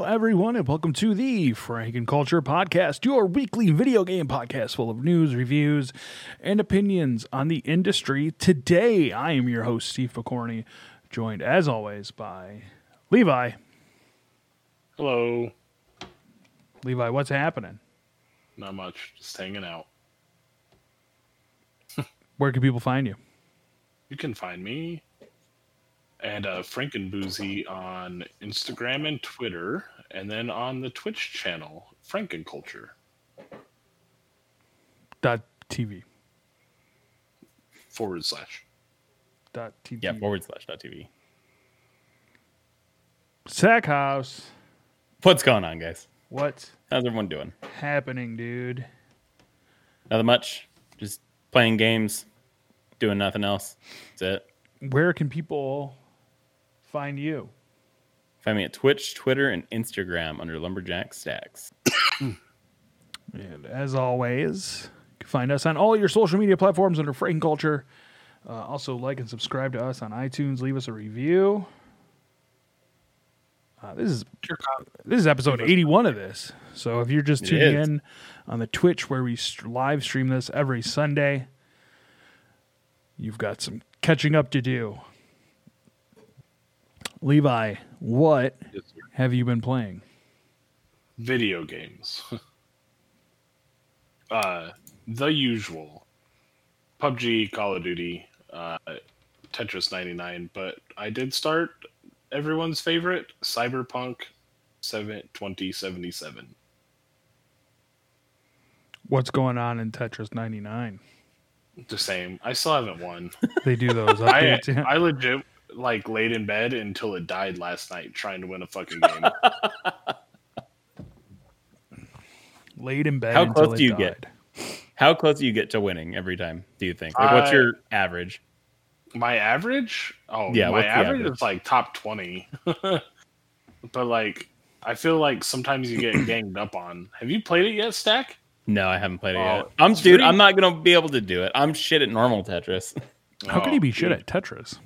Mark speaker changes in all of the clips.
Speaker 1: and welcome to the Frank and Culture Podcast, your weekly video game podcast full of news, reviews, and opinions on the industry. Today, I am your host, Steve Ficorni, joined as always by Levi.
Speaker 2: Hello.
Speaker 1: Levi, what's happening?
Speaker 2: Not much. Just hanging out.
Speaker 1: Where can people find you?
Speaker 2: You can find me and uh, Frankenboozy on Instagram and Twitter, and then on the Twitch channel, Frankenculture.
Speaker 1: Dot TV.
Speaker 2: Forward slash.
Speaker 1: Dot TV.
Speaker 3: Yeah, forward slash dot TV.
Speaker 1: Sack House.
Speaker 3: What's going on, guys?
Speaker 1: What's
Speaker 3: How's everyone doing?
Speaker 1: happening, dude?
Speaker 3: Nothing much. Just playing games, doing nothing else. That's it.
Speaker 1: Where can people find you?
Speaker 3: Find me at Twitch, Twitter, and Instagram under Lumberjack Stacks.
Speaker 1: And as always, you can find us on all your social media platforms under Frank Culture. Uh, also, like and subscribe to us on iTunes. Leave us a review. Uh, this is this is episode eighty one of this. So if you're just
Speaker 3: It
Speaker 1: tuning
Speaker 3: is.
Speaker 1: in on the Twitch where we st- live stream this every Sunday, you've got some catching up to do. Levi, what have you been playing?
Speaker 2: Video games. uh, the usual PUBG, Call of Duty, uh, Tetris 99, but I did start everyone's favorite, Cyberpunk 7, 2077.
Speaker 1: What's going on in Tetris ninety nine?
Speaker 2: The same. I still haven't won.
Speaker 1: They do those
Speaker 2: I,
Speaker 1: updates. yeah.
Speaker 2: I legit like laid in bed until it died last night trying to win a fucking game.
Speaker 1: laid in bed.
Speaker 3: How
Speaker 1: until
Speaker 3: close
Speaker 1: it
Speaker 3: do you
Speaker 1: died.
Speaker 3: get? How close do you get to winning every time? Do you think? Like, what's
Speaker 2: I-
Speaker 3: your average?
Speaker 2: my average? Oh, yeah, my
Speaker 3: Yeah, what's the
Speaker 2: average,
Speaker 3: average?
Speaker 2: is like top 20. but like I feel like sometimes you get ganged up on. Have you played it yet, Stack?
Speaker 3: No, I haven't played it
Speaker 2: Oh,
Speaker 3: yet. I'm
Speaker 2: it's
Speaker 3: dude.
Speaker 2: free.
Speaker 3: I'm not gonna be able to do it. I'm shit at normal Tetris.
Speaker 1: How can
Speaker 2: Oh,
Speaker 1: you be shit
Speaker 2: dude.
Speaker 1: at Tetris?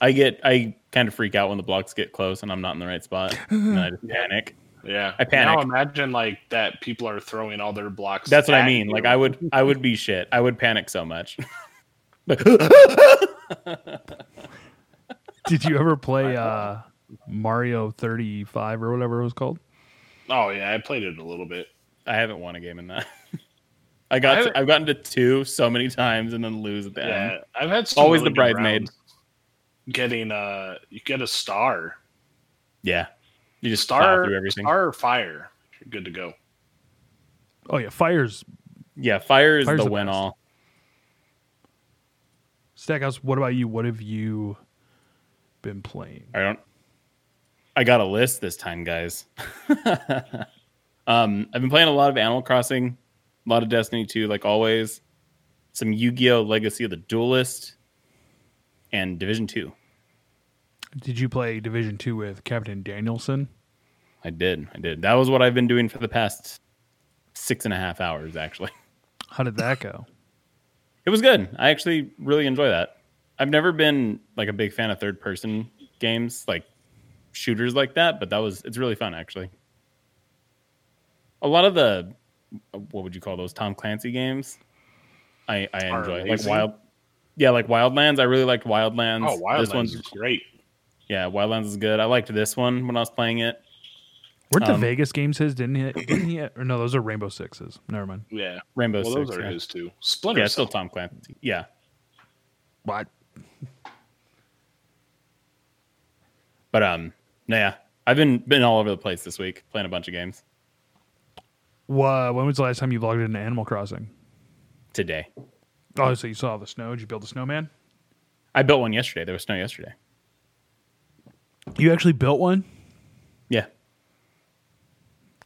Speaker 3: I get. I kind of freak out when the blocks get close and I'm not in the right spot, and I just
Speaker 2: Yeah.
Speaker 3: panic.
Speaker 2: Yeah.
Speaker 3: I panic.
Speaker 2: Now imagine like that people are throwing all their blocks.
Speaker 3: That's what I
Speaker 2: at
Speaker 3: mean.
Speaker 2: you.
Speaker 3: Like I would I would be shit. I would panic so much. Like,
Speaker 1: Did you ever play uh, Mario 35 or whatever it was called?
Speaker 2: Oh yeah, I played it a little bit.
Speaker 3: I haven't won a game in that. I got
Speaker 2: I-
Speaker 3: to, I've gotten to two so many times and then lose at the
Speaker 2: Yeah.
Speaker 3: end.
Speaker 2: I've had some
Speaker 3: Always
Speaker 2: really
Speaker 3: the
Speaker 2: good
Speaker 3: bridesmaid.
Speaker 2: rounds. Getting uh you get a star.
Speaker 3: Yeah. You just star
Speaker 2: Star
Speaker 3: through everything.
Speaker 2: Star or fire. You're good to go.
Speaker 1: Oh yeah, fires
Speaker 3: yeah, fire is
Speaker 1: Fire's
Speaker 3: the
Speaker 1: the
Speaker 3: win
Speaker 1: best.
Speaker 3: all.
Speaker 1: Stackhouse. What about you? What have you been playing?
Speaker 3: I don't I got a list this time, guys. um I've been playing a lot of Animal Crossing, a lot of Destiny 2 like always. Some Yu-Gi-Oh Legacy of the Duelist and Division 2.
Speaker 1: Did you play Division Two with Captain Danielson?
Speaker 3: I did. I did. That was what I've been doing for the past six and a half hours, actually.
Speaker 1: How did that go?
Speaker 3: It was good. I actually really enjoy that. I've never been like a big fan of third person games, like shooters like that, but that was it's really fun actually. A lot of the what would you call those Tom Clancy games? I I
Speaker 2: Are
Speaker 3: enjoy like
Speaker 2: amazing.
Speaker 3: wild Yeah, like Wildlands. I really liked Wildlands.
Speaker 2: Oh, Wildlands
Speaker 3: This one's
Speaker 2: is great.
Speaker 3: yeah, Wildlands is good. I liked this one when I was playing it.
Speaker 1: Weren't the
Speaker 3: Um,
Speaker 1: Vegas games his? Didn't he? Didn't he? Or no, those are Rainbow Sixes. Never mind.
Speaker 2: Yeah.
Speaker 3: Rainbow
Speaker 2: Well,
Speaker 3: Six.
Speaker 2: those are
Speaker 3: yeah.
Speaker 2: his too. Splinter
Speaker 3: yeah, it's
Speaker 2: Cell.
Speaker 3: still Tom Clancy. Yeah.
Speaker 1: What?
Speaker 3: But um, no, yeah, I've been been all over the place this week playing a bunch of games
Speaker 1: Wha- When was the last time you logged into Animal Crossing?
Speaker 3: today.
Speaker 1: Oh, so you saw the snow? Did you build a snowman?
Speaker 3: I built one yesterday. There was snow yesterday.
Speaker 1: You actually built one?
Speaker 3: Yeah.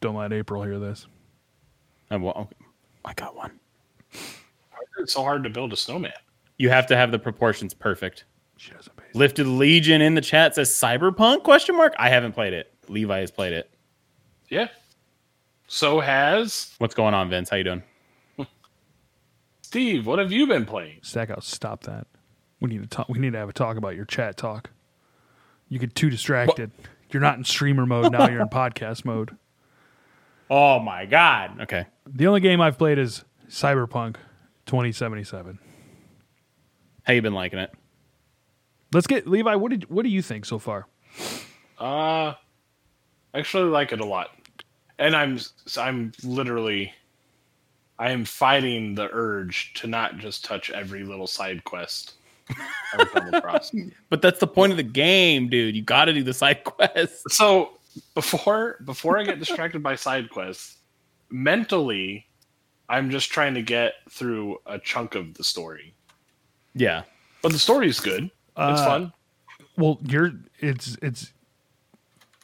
Speaker 1: Don't let April hear this.
Speaker 3: I, wa- Oh, okay. I got one.
Speaker 2: It's so hard to build a snowman.
Speaker 3: You have to have the proportions perfect.
Speaker 1: She doesn't. Pay
Speaker 3: Lifted Legion in the chat says Cyberpunk question mark. I haven't played it. Levi has played it.
Speaker 2: Yeah. So has
Speaker 3: What's going on, Vince? How you doing?
Speaker 2: Steve. What have you been playing?
Speaker 1: Stackhouse, stop that. We need to talk. We need to have a talk about your chat talk. You get too distracted. You're not in streamer mode now. You're in podcast mode.
Speaker 3: Oh my god. Okay.
Speaker 1: The only game I've played is Cyberpunk 2077.
Speaker 3: How you been liking it?
Speaker 1: Let's get Levi. What did what do you think so far?
Speaker 2: Uh, actually like it a lot, and I'm I'm literally, I am fighting the urge to not just touch every little side quest. I come across.
Speaker 3: But that's the point of the game, dude. You got to do the side quests.
Speaker 2: So before before I get distracted by side quests, mentally, I'm just trying to get through a chunk of the story.
Speaker 3: Yeah.
Speaker 2: But the story's good. It's
Speaker 1: Uh,
Speaker 2: fun.
Speaker 1: Well, you're it's it's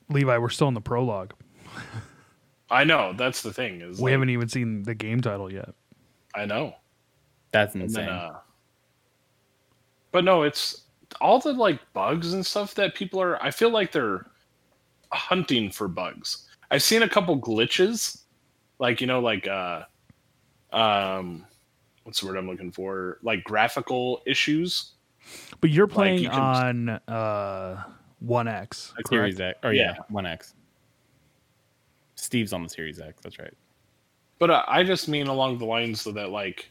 Speaker 1: Levi. We're still in the prologue.
Speaker 2: I know that's the thing is
Speaker 1: We
Speaker 2: like,
Speaker 1: haven't even seen the game title yet.
Speaker 2: I know.
Speaker 3: That's
Speaker 2: And
Speaker 3: insane.
Speaker 2: then, uh, but no, it's all the like bugs and stuff that people are. I feel like they're hunting for bugs. I've seen a couple glitches, like you know, like uh, um, what's the word I'm looking for? Like graphical issues.
Speaker 1: But you're playing
Speaker 2: you
Speaker 1: on
Speaker 2: can-
Speaker 1: uh One X.
Speaker 3: That's
Speaker 1: correct?
Speaker 3: Series X. Or yeah,
Speaker 2: Yeah.
Speaker 3: One X. Steve's on the Series X. That's right.
Speaker 2: But uh, I just mean along the lines of that, like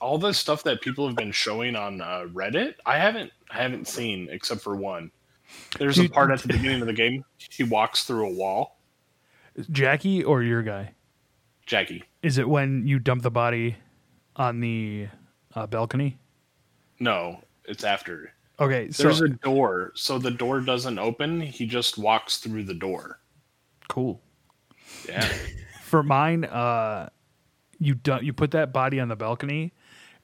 Speaker 2: all the stuff that people have been showing on uh, Reddit, I haven't, I haven't seen except for one. There's a
Speaker 1: Dude.
Speaker 2: part at the beginning of the game. He walks through a wall.
Speaker 1: Jackie or your guy?
Speaker 2: Jackie,
Speaker 1: Is it when you dump the body on the uh, balcony?
Speaker 2: no, it's after.
Speaker 1: Okay, so
Speaker 2: There's a door, so the door doesn't open. He just walks through the door.
Speaker 1: cool.
Speaker 2: Yeah,
Speaker 1: For mine, uh, you dump, you put that body on the balcony,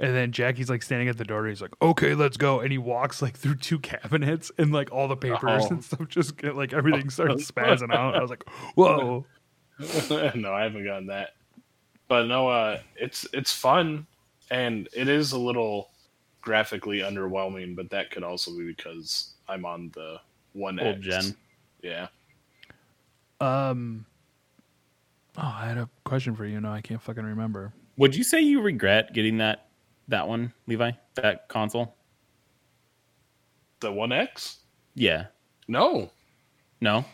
Speaker 1: and then Jackie's like standing at the door. And he's like, "Okay, let's go," and he walks like through two cabinets, and like all the papers
Speaker 2: Oh.
Speaker 1: and stuff just get like everything starts spazzing out. I was like, "Whoa!"
Speaker 2: no, I haven't gotten that. But no, uh, it's it's fun, and it is a little graphically underwhelming. But that could also be because I'm on the one
Speaker 3: Old
Speaker 2: X.
Speaker 3: gen.
Speaker 2: Yeah.
Speaker 1: Oh, I had a question for you. No, I can't fucking remember.
Speaker 3: Would you say you regret getting that that one, Levi? That console?
Speaker 2: The one X?
Speaker 3: Yeah.
Speaker 2: No.
Speaker 3: No.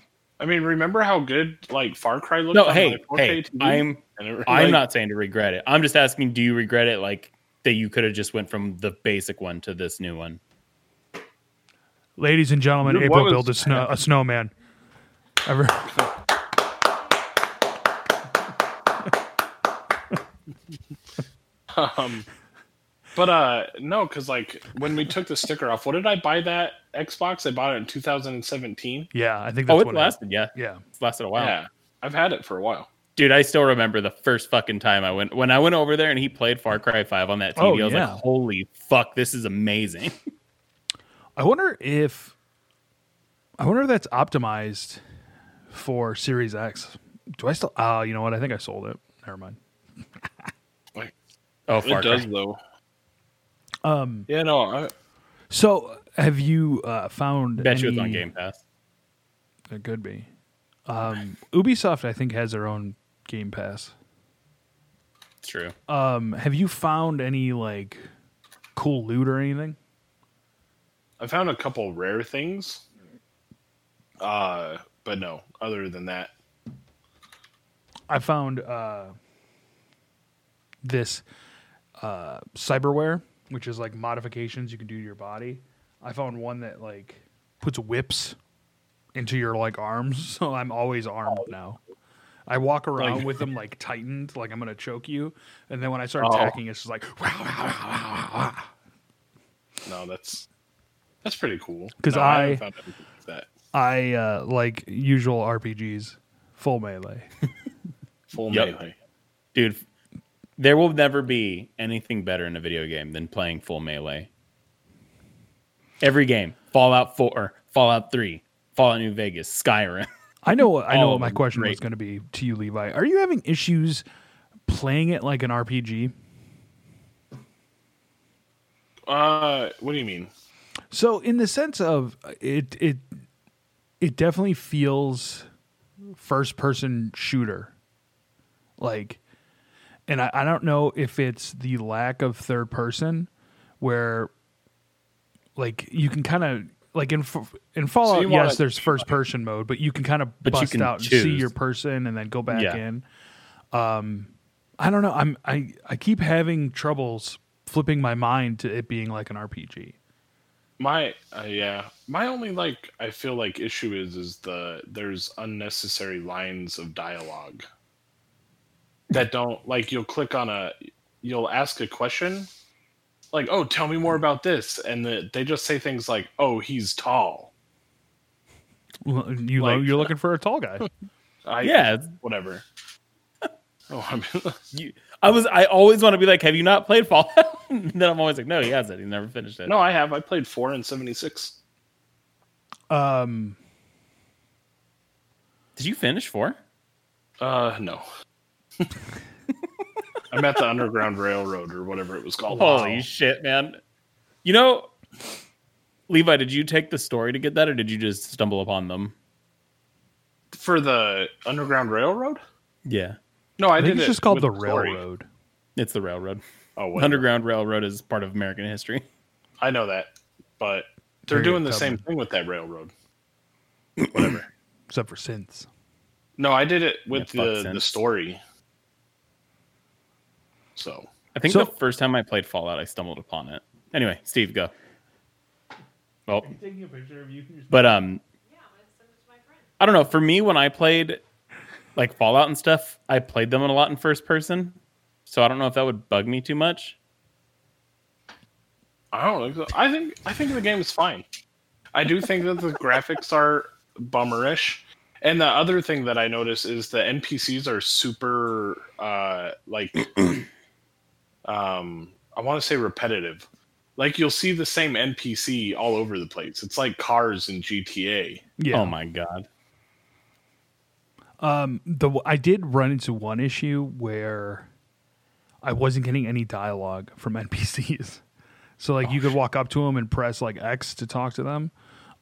Speaker 2: I mean, remember how good like Far Cry looked?
Speaker 3: No,
Speaker 2: on
Speaker 3: hey,
Speaker 2: my 4K
Speaker 3: hey,
Speaker 2: TV?
Speaker 3: I'm
Speaker 2: And it-
Speaker 3: I'm
Speaker 2: like,
Speaker 3: not saying to regret it. I'm just asking do you regret it like that you could have just went from the basic one to this new one?
Speaker 1: Ladies and gentlemen,
Speaker 2: Dude, what
Speaker 1: April
Speaker 2: was-
Speaker 1: built a, snow, a snowman. Ever.
Speaker 2: Um, but uh, no, because like when we took the sticker off, what did I buy that Xbox? I bought it in 2017.
Speaker 1: Yeah, I think that's
Speaker 3: Oh, it
Speaker 1: what
Speaker 3: lasted, yeah.
Speaker 1: Yeah.
Speaker 3: It's lasted a while.
Speaker 2: Yeah, I've had it for a while.
Speaker 3: Dude, I still remember the first fucking time I went when I went over there and he played Far Cry 5 on that TV.
Speaker 1: Oh,
Speaker 3: I was
Speaker 1: yeah.
Speaker 3: like, "Holy fuck, this is amazing."
Speaker 1: I wonder if I wonder if that's optimized for Series X. Do I still Ah, you know what? I think I sold it. Never mind.
Speaker 2: Like
Speaker 3: Oh,
Speaker 2: it
Speaker 3: Far
Speaker 2: does
Speaker 3: Cry.
Speaker 2: though. Um. Yeah. No. I,
Speaker 1: So, have you uh, found
Speaker 3: Bet you it's on
Speaker 1: any-
Speaker 3: Game Pass.
Speaker 1: It could be. Um, Ubisoft I think has their own Game Pass.
Speaker 3: It's true.
Speaker 1: Um, have you found any like cool loot or anything?
Speaker 2: I found a couple rare things. Uh, but no. Other than that,
Speaker 1: I found uh, this uh, cyberware, which is like modifications you can do to your body. I found one that like puts whips into your like arms, so I'm always armed now. I walk around
Speaker 2: Oh. Like-
Speaker 1: with them like tightened, like I'm gonna choke you, and then when I start
Speaker 2: Oh.
Speaker 1: attacking, it's just like
Speaker 2: no. That's that's pretty cool.
Speaker 1: 'Cause
Speaker 2: No,
Speaker 1: I-
Speaker 2: haven't found anything like that
Speaker 1: I uh, like usual RPGs, full melee.
Speaker 2: full
Speaker 3: Yep.
Speaker 2: melee.
Speaker 3: Dude, there will never be anything better in a video game than playing full melee. Every game, Fallout 4, Fallout 3, Fallout New Vegas, Skyrim.
Speaker 1: I know. I know
Speaker 2: Oh,
Speaker 3: All
Speaker 1: what
Speaker 3: of
Speaker 1: my
Speaker 3: them.
Speaker 1: question was
Speaker 3: Great.
Speaker 1: going to be to you, Levi. Are you having issues playing it like an RPG?
Speaker 2: Uh, what do you mean?
Speaker 1: So, in the sense of uh, it, it, it definitely feels first-person shooter, like, and I, I don't know if it's the lack of third person, where, like, you can kind of like in F- in Fallout,
Speaker 2: you wanna-
Speaker 1: yes, there's first person mode, but you can kind of
Speaker 3: But you
Speaker 1: bust
Speaker 3: can
Speaker 1: out and see
Speaker 3: choose.
Speaker 1: your person and then go back
Speaker 3: Yeah.
Speaker 1: in. Um, I don't know. I'm I I keep having troubles flipping my mind to it being like an RPG.
Speaker 2: My uh, yeah, my only like I feel like issue is is the there's unnecessary lines of dialogue that don't like you'll click on a you'll ask a question like oh tell me more about this and the, they just say things like oh he's tall
Speaker 1: Well, You know,
Speaker 2: Like-
Speaker 1: you're looking for a tall guy.
Speaker 2: I,
Speaker 3: Yeah, it's-
Speaker 2: whatever oh I mean
Speaker 3: you, I was I always want to be like, have you not played Fallout? And then I'm always like, no, he hasn't. He's never finished it.
Speaker 2: no I have I played four and seventy six
Speaker 1: Um,
Speaker 3: Did you finish four?
Speaker 2: uh no I'm at the Underground Railroad or whatever it was called
Speaker 3: Holy shit, man! You know, Levi, did you take the story to get that, or did you just stumble upon them?
Speaker 2: for the Underground Railroad.
Speaker 3: Yeah,
Speaker 2: No, I,
Speaker 1: I think
Speaker 2: did
Speaker 1: it's
Speaker 2: it
Speaker 1: just called
Speaker 2: with
Speaker 1: the
Speaker 2: story.
Speaker 1: railroad.
Speaker 3: it's the railroad.
Speaker 2: Oh, whatever.
Speaker 3: Underground Railroad is part of American history.
Speaker 2: I know that, but they're
Speaker 1: Harriet
Speaker 2: doing the
Speaker 1: Tubman.
Speaker 2: same thing with that railroad.
Speaker 1: except for synths.
Speaker 2: No, I did it with
Speaker 3: Yeah,
Speaker 2: the,
Speaker 3: fuck
Speaker 2: the
Speaker 3: sense.
Speaker 2: story. So
Speaker 3: I think
Speaker 1: So-
Speaker 3: the first time I played Fallout, I stumbled upon it. Anyway, Steve, go. Well,
Speaker 1: Taking a picture of you.
Speaker 3: but um,
Speaker 4: Yeah, I'm gonna send it to my friend.
Speaker 3: I don't know. For me, when I played like Fallout and stuff, I played them a lot in first person, so I don't know if that would bug me too much.
Speaker 2: I don't know. I think I think the game is fine. I do think that the graphics are bummerish. And the other thing that I notice is the NPCs are super uh like um I want to say repetitive. Like you'll see the same NPC all over the place. It's like cars in GTA.
Speaker 1: Yeah.
Speaker 3: Oh my god.
Speaker 1: the I did run into one issue where I wasn't getting any dialogue from NPCs. So like you
Speaker 2: Oh,
Speaker 1: could walk up to them and press like X to talk to them.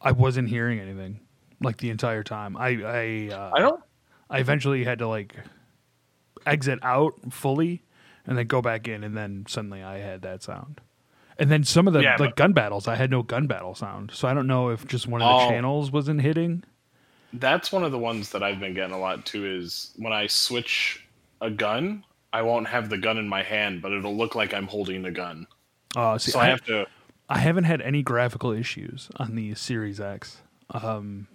Speaker 1: I wasn't hearing anything like the entire time. I I uh,
Speaker 2: I don't
Speaker 1: I eventually had to like exit out fully and then go back in and then suddenly I had that sound. And then some of the
Speaker 2: Yeah,
Speaker 1: like
Speaker 2: but-
Speaker 1: gun battles, I had no gun battle sound. So I don't know if just one of the
Speaker 2: Oh.
Speaker 1: channels wasn't hitting.
Speaker 2: that's one of the ones that I've been getting a lot too is when I switch a gun, I won't have the gun in my hand, but it'll look like I'm holding the gun.
Speaker 1: Uh, see,
Speaker 2: So I have to
Speaker 1: I haven't had any graphical issues on the Series X. Um,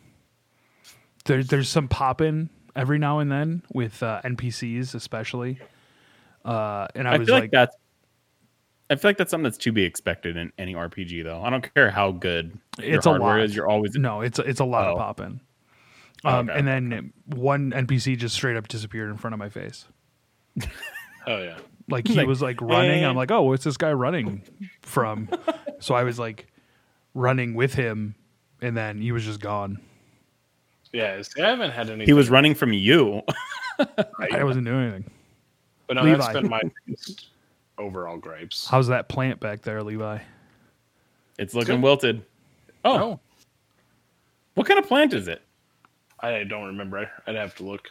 Speaker 1: there, there's some pop in every now and then with uh, NPCs, especially. Uh, and I,
Speaker 3: I,
Speaker 1: was
Speaker 3: feel like,
Speaker 1: like,
Speaker 3: that's I feel like that's something that's to be expected in any RPG though. I don't care how good your
Speaker 1: It's a
Speaker 3: hardware
Speaker 1: lot.
Speaker 3: is, you're always
Speaker 1: no, it's it's a lot of
Speaker 3: Oh.
Speaker 1: pop in. Um,
Speaker 3: Okay.
Speaker 1: And then one NPC just straight up disappeared in front of my face.
Speaker 2: Oh yeah.
Speaker 1: Like he
Speaker 3: Like,
Speaker 1: was like running.
Speaker 3: eh.
Speaker 1: I'm like, oh, what's this guy running from? so I was like running with him, and then he was just gone.
Speaker 2: Yeah, see, I haven't had any.
Speaker 3: he was running from you.
Speaker 1: I wasn't doing anything.
Speaker 2: but no, that's
Speaker 1: Levi.
Speaker 2: been my biggest overall gripes.
Speaker 1: How's that plant back there, Levi?
Speaker 3: it's looking wilted. Oh,
Speaker 2: No,
Speaker 3: what kind of plant is it?
Speaker 2: I don't remember. I'd have to look.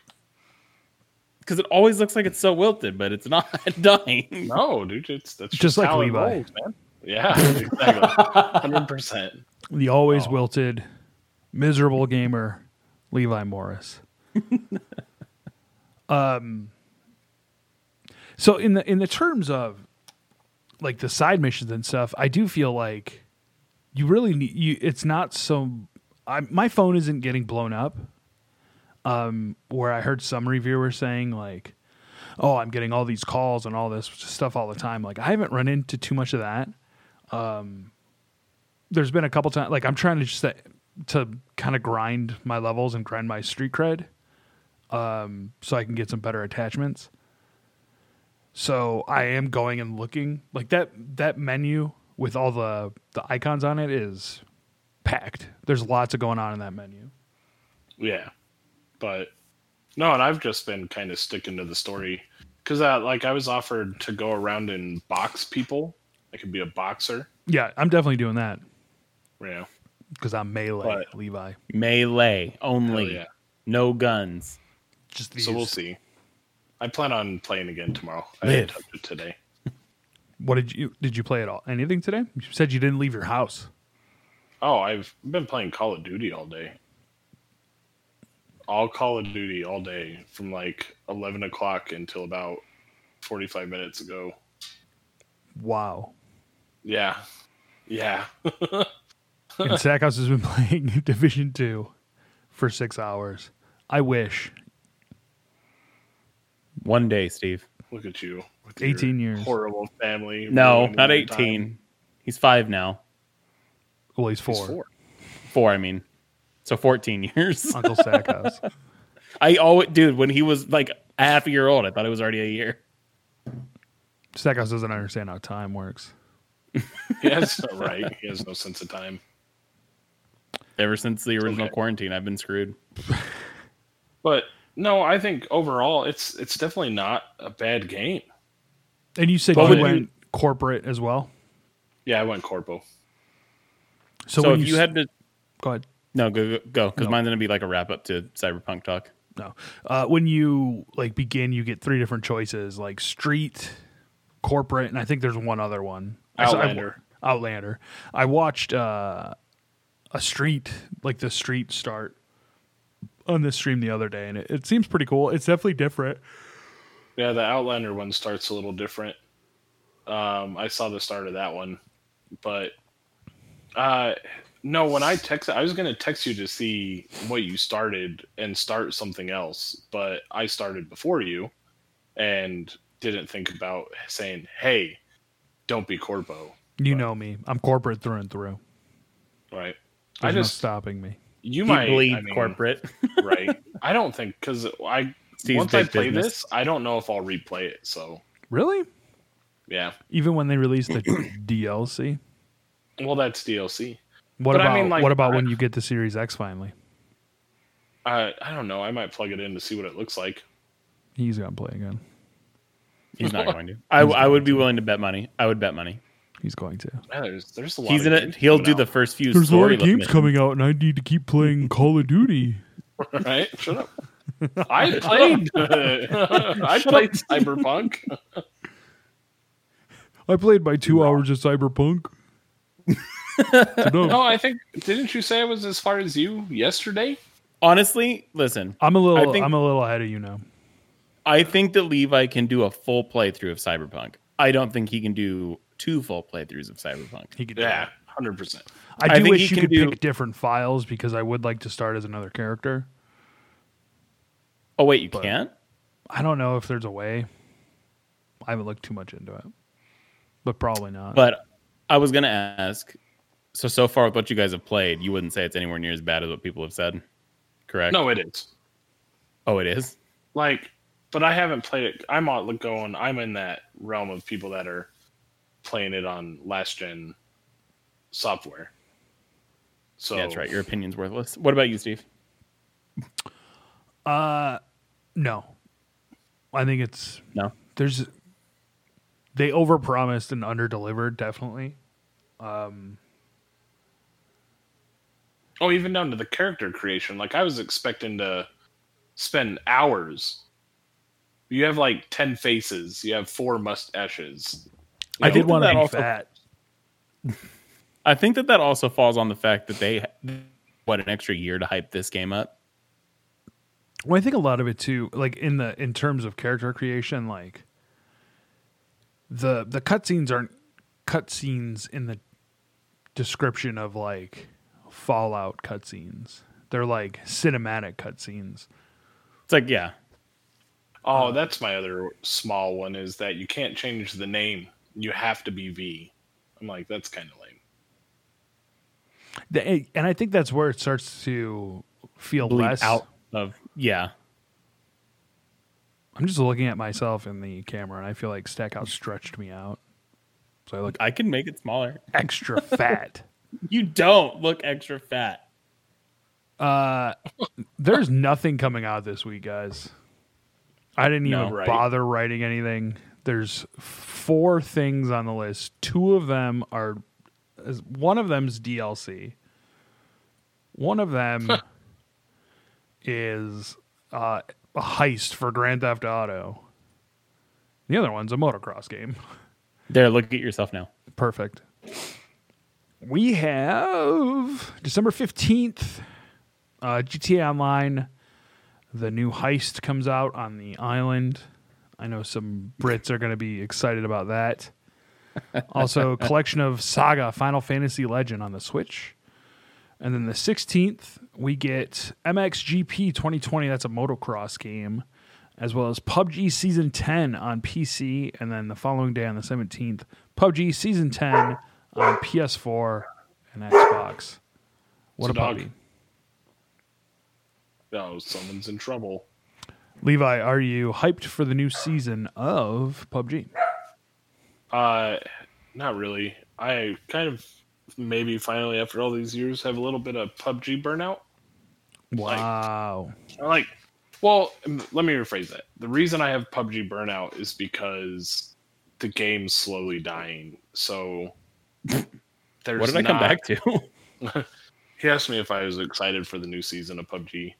Speaker 3: Because it always looks like it's so wilted, but it's not dying.
Speaker 2: No, dude, it's that's just,
Speaker 1: Just like
Speaker 2: how it
Speaker 1: Levi.
Speaker 2: rolls, man. Yeah, exactly, hundred percent.
Speaker 1: the always
Speaker 2: Oh.
Speaker 1: wilted, miserable gamer, Levi Morris. um, so in the in the terms of like the side missions and stuff, I do feel like you really need you. It's not so. I, my phone isn't getting blown up. Um, where I heard some reviewer saying like, "Oh, I'm getting all these calls and all this stuff all the time." Like I haven't run into too much of that there's been a couple times like I'm trying to just uh, to kind of grind my levels and grind my street cred, um, so I can get some better attachments. So I am going and looking like that that menu with all the the icons on it is packed. There's lots of going on in that menu.
Speaker 2: Yeah, but no, and I've just been kind of sticking to the story because, uh, like, I was offered to go around and box people. I could be a boxer,
Speaker 1: Yeah, I'm definitely doing that
Speaker 2: you know.
Speaker 1: because I'm melee
Speaker 2: Right.
Speaker 1: Levi.
Speaker 3: Melee only.
Speaker 2: Hell yeah.
Speaker 3: No guns.
Speaker 1: Just these.
Speaker 2: So we'll see. I plan on playing again tomorrow. I
Speaker 3: Live.
Speaker 2: didn't touch it today.
Speaker 1: What did you did you play at all? Anything today? You said you didn't leave your house.
Speaker 2: Oh, I've been playing Call of Duty all day. All Call of Duty all day from like 11 o'clock until about 45 minutes ago.
Speaker 1: Wow.
Speaker 2: Yeah. Yeah.
Speaker 1: And Sackhouse has been playing Division Two for six hours. I wish.
Speaker 3: One day, Steve.
Speaker 2: Look at you. with
Speaker 1: 18
Speaker 2: your
Speaker 1: years.
Speaker 2: Horrible family.
Speaker 3: No,
Speaker 2: ruining
Speaker 3: not
Speaker 2: your
Speaker 3: 18.
Speaker 2: time.
Speaker 3: He's five now.
Speaker 1: Well, he's four.
Speaker 2: He's four.
Speaker 3: Four, I mean. So 14 years.
Speaker 1: Uncle Sackhouse.
Speaker 3: I always, dude, when he was like a half a year old, I thought it was already a year.
Speaker 1: Sackhouse doesn't understand how time works.
Speaker 2: He has no right. He has no sense of time.
Speaker 3: Ever since the original
Speaker 2: Okay.
Speaker 3: quarantine, I've been screwed.
Speaker 2: But no, I think overall it's it's definitely not a bad game.
Speaker 1: And you said
Speaker 3: But
Speaker 1: you
Speaker 3: would
Speaker 1: went
Speaker 3: you-
Speaker 1: corporate as well.
Speaker 2: Yeah, I went corpo.
Speaker 1: So,
Speaker 3: So,
Speaker 1: when
Speaker 3: if you,
Speaker 1: s-
Speaker 3: had to,
Speaker 1: go ahead.
Speaker 3: no, go, go, because
Speaker 1: No.
Speaker 3: mine's going to be like a wrap up to Cyberpunk talk.
Speaker 1: No. Uh, when you like begin, you get three different choices, like street, corporate, and I think there's one other one. I saw- I-
Speaker 2: Outlander.
Speaker 1: Outlander. I watched uh, a street, like the street start on this stream the other day, and it, it seems pretty cool. It's definitely different.
Speaker 2: Yeah, the Outlander one starts a little different. Um, I saw the start of that one, but uh, no, when I text, I was gonna text you to see what you started and start something else, but I started before you and didn't think about saying, "Hey, don't be Corpo,"
Speaker 1: You know me. I'm corporate through and through.
Speaker 2: right?
Speaker 1: There's
Speaker 2: I
Speaker 1: no
Speaker 2: just
Speaker 1: stopping me.
Speaker 2: you
Speaker 3: You
Speaker 2: might
Speaker 3: bleed
Speaker 2: I mean,
Speaker 3: corporate.
Speaker 2: right? I don't think because I
Speaker 3: Steve's
Speaker 2: once I
Speaker 3: big
Speaker 2: play
Speaker 3: business.
Speaker 2: this, I don't know if I'll replay it. So
Speaker 1: Really?
Speaker 2: yeah,
Speaker 1: Even when they release the DLC?
Speaker 2: well, that's DLC.
Speaker 1: What
Speaker 2: But I
Speaker 1: about
Speaker 2: mean, like,
Speaker 1: what about
Speaker 2: I-
Speaker 1: when you get to Series X finally?
Speaker 2: Uh, I don't know. I might plug it in to see what it looks like.
Speaker 1: He's gonna play again.
Speaker 3: He's not going to. I, I would be willing to bet money. I would bet money.
Speaker 1: He's going to.
Speaker 2: Man, there's there's a lot.
Speaker 3: He's
Speaker 2: of
Speaker 3: in it.
Speaker 2: games
Speaker 3: He'll do
Speaker 2: coming
Speaker 3: the
Speaker 2: out,
Speaker 3: first few.
Speaker 1: There's a lot of
Speaker 3: story
Speaker 1: games
Speaker 3: missions.
Speaker 1: coming out, and I need to keep playing Call of Duty.
Speaker 2: right. Shut up. I played. I played Cyberpunk.
Speaker 1: I played my two hours of Cyberpunk.
Speaker 2: No, I think didn't you say I was as far as you yesterday?
Speaker 3: Honestly, listen,
Speaker 1: I'm a little.
Speaker 3: I think-
Speaker 1: I'm a little ahead of you now.
Speaker 3: I think that Levi can do a full playthrough of Cyberpunk. I don't think he can do two full playthroughs of Cyberpunk.
Speaker 1: He could.
Speaker 2: Yeah, hundred percent.
Speaker 1: I do
Speaker 3: I think
Speaker 1: wish
Speaker 3: he
Speaker 1: you
Speaker 3: can
Speaker 1: could
Speaker 3: do-
Speaker 1: pick different files because I would like to start as another character.
Speaker 3: Oh wait, you can't.
Speaker 1: I don't know if there's a way. I haven't looked too much into it, but probably not.
Speaker 3: But I was gonna ask. So so far with what you guys have played, you wouldn't say it's anywhere near as bad as what people have said, correct?
Speaker 2: No, it is
Speaker 3: Oh, it is.
Speaker 2: like, but I haven't played it. I'm on going. I'm in that realm of people that are playing it on last gen software. So
Speaker 3: Yeah, that's right. Your opinion's worthless. What about you, Steve?
Speaker 1: no, I think it's
Speaker 3: No.
Speaker 1: there's they overpromised and underdelivered definitely.
Speaker 2: Oh, even down to the character creation. Like I was expecting to spend hours. You have like ten faces. You have four mustaches.
Speaker 1: I did
Speaker 3: think
Speaker 1: want to
Speaker 3: that
Speaker 1: be
Speaker 3: also-
Speaker 1: fat.
Speaker 3: I think that that also falls on the fact that they what an extra year to hype this game up.
Speaker 1: Well, I think a lot of it too, like in the in terms of character creation, like the the cutscenes aren't cutscenes in the description of like Fallout cutscenes. They're like cinematic cutscenes.
Speaker 3: It's like yeah,
Speaker 2: Oh, that's my other small one is that you can't change the name. You have to be V. I'm like, that's kind of lame.
Speaker 1: The- eh, And I think that's where it starts to feel
Speaker 3: bleed
Speaker 1: less.
Speaker 3: out of yeah.
Speaker 1: I'm just looking at myself in the camera, and I feel like Stackhouse stretched me out, so I look
Speaker 3: I can make it smaller.
Speaker 1: extra fat.
Speaker 3: You don't look extra fat.
Speaker 1: There's nothing coming out this week, guys. I didn't
Speaker 3: No,
Speaker 1: even
Speaker 2: right.
Speaker 1: bother writing anything. There's four things on the list. Two of them are, is- one of them's DLC. One of them is uh, a heist for Grand Theft Auto. The other one's a motocross game.
Speaker 3: There, look at yourself now.
Speaker 1: Perfect. We have December 15th, uh, GTA Online. The new heist comes out on the island. I know some Brits are going to be excited about that. Also, collection of Saga Final Fantasy Legend on the Switch. And then the 16th, we get MXGP 2020. That's a motocross game, as well as PUBG Season 10 on PC. And then the following day on the 17th, PUBG Season 10 on PS4 and Xbox. What a
Speaker 2: It's a dog.
Speaker 1: puppy.
Speaker 2: No, Oh, someone's in trouble.
Speaker 1: Levi, are you hyped for the new season of PUBG?
Speaker 2: Uh, not really. I kind of maybe finally after all these years have a little bit of PUBG burnout.
Speaker 1: Wow.
Speaker 2: I like well m- let me rephrase that the reason i have pubg burnout is because the game's slowly dying so there's
Speaker 3: what did I come
Speaker 2: not-
Speaker 3: back to?
Speaker 2: he asked me if i was excited for the new season of pubg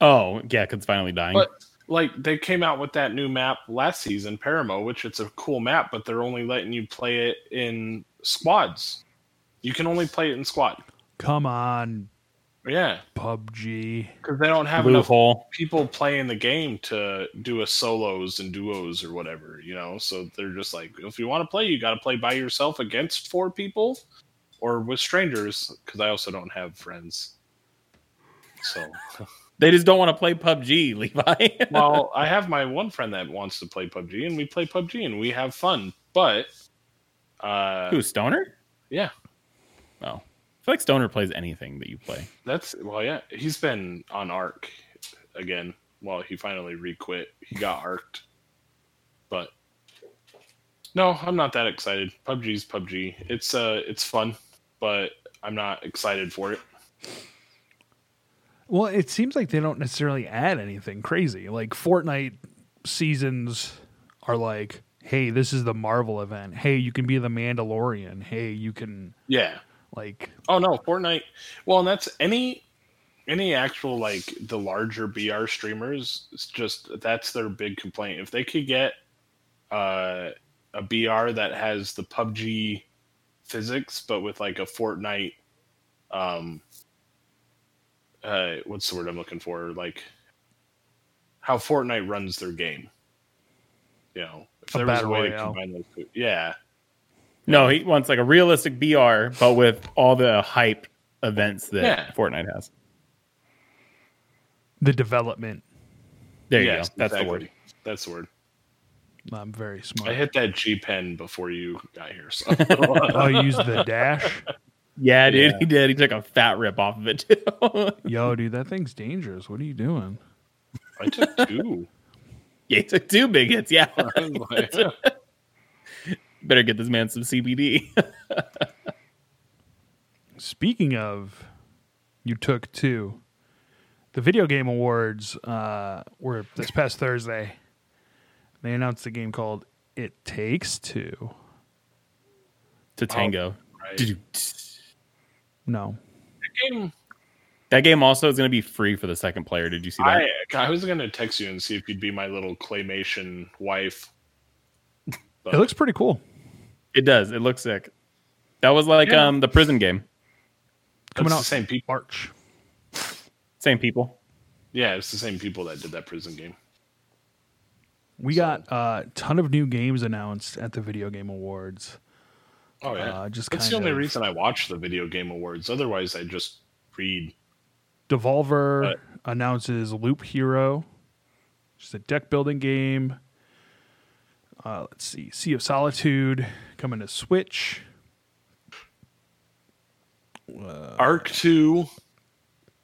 Speaker 3: oh, yeah, 'cause it's finally dying.
Speaker 2: but like they came out with that new map last season paramo which it's a cool map but they're only letting you play it in squads you can only play it in squad
Speaker 1: Come on,
Speaker 2: yeah
Speaker 1: PUBG.
Speaker 2: because they don't have
Speaker 3: Blue
Speaker 2: enough
Speaker 3: hole.
Speaker 2: people playing the game to do a solos and duos or whatever, you know. So they're just like, if you want to play, you got to play by yourself against four people or with strangers because I also don't have friends. So,
Speaker 3: They just don't want to play PUBG, Levi.
Speaker 2: well, I have my one friend that wants to play PUBG and we play PUBG and we have fun, but uh,
Speaker 3: Who, Stoner?
Speaker 2: yeah,
Speaker 3: Oh. I feel like Stoner plays anything that you play.
Speaker 2: that's well, yeah, he's been on ARC again. Well, he finally requit, he got arced, but no, I'm not that excited. PUBG's PUBG. It's uh, it's fun, but I'm not excited for it.
Speaker 1: Well, it seems like they don't necessarily add anything crazy. Like Fortnite seasons are like, hey, this is the Marvel event. Hey, you can be the Mandalorian. Hey, you can
Speaker 2: Yeah.
Speaker 1: like
Speaker 2: Oh no, Fortnite. Well, and that's any any actual like the larger BR streamers. It's just that's their big complaint. If they could get uh, a BR that has the PUBG physics, but with like a Fortnite, um, uh, what's the word I'm looking for? Like how Fortnite runs their game. You know, if
Speaker 1: A
Speaker 2: there was a
Speaker 1: battle
Speaker 2: way to
Speaker 1: royale.
Speaker 2: combine those two, yeah.
Speaker 3: No, he wants like a realistic BR, but with all the hype events that
Speaker 2: Yeah.
Speaker 3: Fortnite has.
Speaker 1: the development.
Speaker 3: There
Speaker 2: Yes,
Speaker 3: you go. That's the
Speaker 2: exactly.
Speaker 3: word.
Speaker 2: That's the word.
Speaker 1: I'm very
Speaker 2: I
Speaker 1: smart.
Speaker 2: hit that G pen before you got here. So
Speaker 1: oh, you use the dash.
Speaker 3: Yeah, dude,
Speaker 2: Yeah.
Speaker 3: he did. He took a fat rip off of it too.
Speaker 1: Yo, dude, that thing's dangerous. What are you doing?
Speaker 2: I took two.
Speaker 3: yeah, he took two big hits. Yeah,
Speaker 2: I was like,
Speaker 3: better get this man some CBD.
Speaker 1: Speaking of, you took two. The Video Game Awards uh, were this past Thursday. They announced a game called It Takes Two.
Speaker 2: Oh,
Speaker 3: to tango.
Speaker 2: right.
Speaker 1: No.
Speaker 2: The game-
Speaker 3: That game also is going to be free for the second player. Did you see that?
Speaker 2: I, I was gonna text you and see if you'd be my little claymation wife.
Speaker 1: It looks pretty cool.
Speaker 3: It does. It looks sick. That was like
Speaker 2: Yeah.
Speaker 3: um the prison game.
Speaker 1: Coming
Speaker 2: It's
Speaker 1: out
Speaker 2: the same people.
Speaker 1: March.
Speaker 3: Same people.
Speaker 2: Yeah, it's the same people that did that prison game.
Speaker 1: We got a ton of new games announced at the Video Game Awards.
Speaker 2: Oh yeah,
Speaker 1: Uh, just
Speaker 2: that's the
Speaker 1: kind
Speaker 2: only
Speaker 1: of-
Speaker 2: reason I watch the video game awards. Otherwise, I just read.
Speaker 1: Devolver
Speaker 2: Right.
Speaker 1: announces Loop Hero, which is a deck building game. Uh, let's see, Sea of Solitude coming to Switch. Uh,
Speaker 2: Arc Two.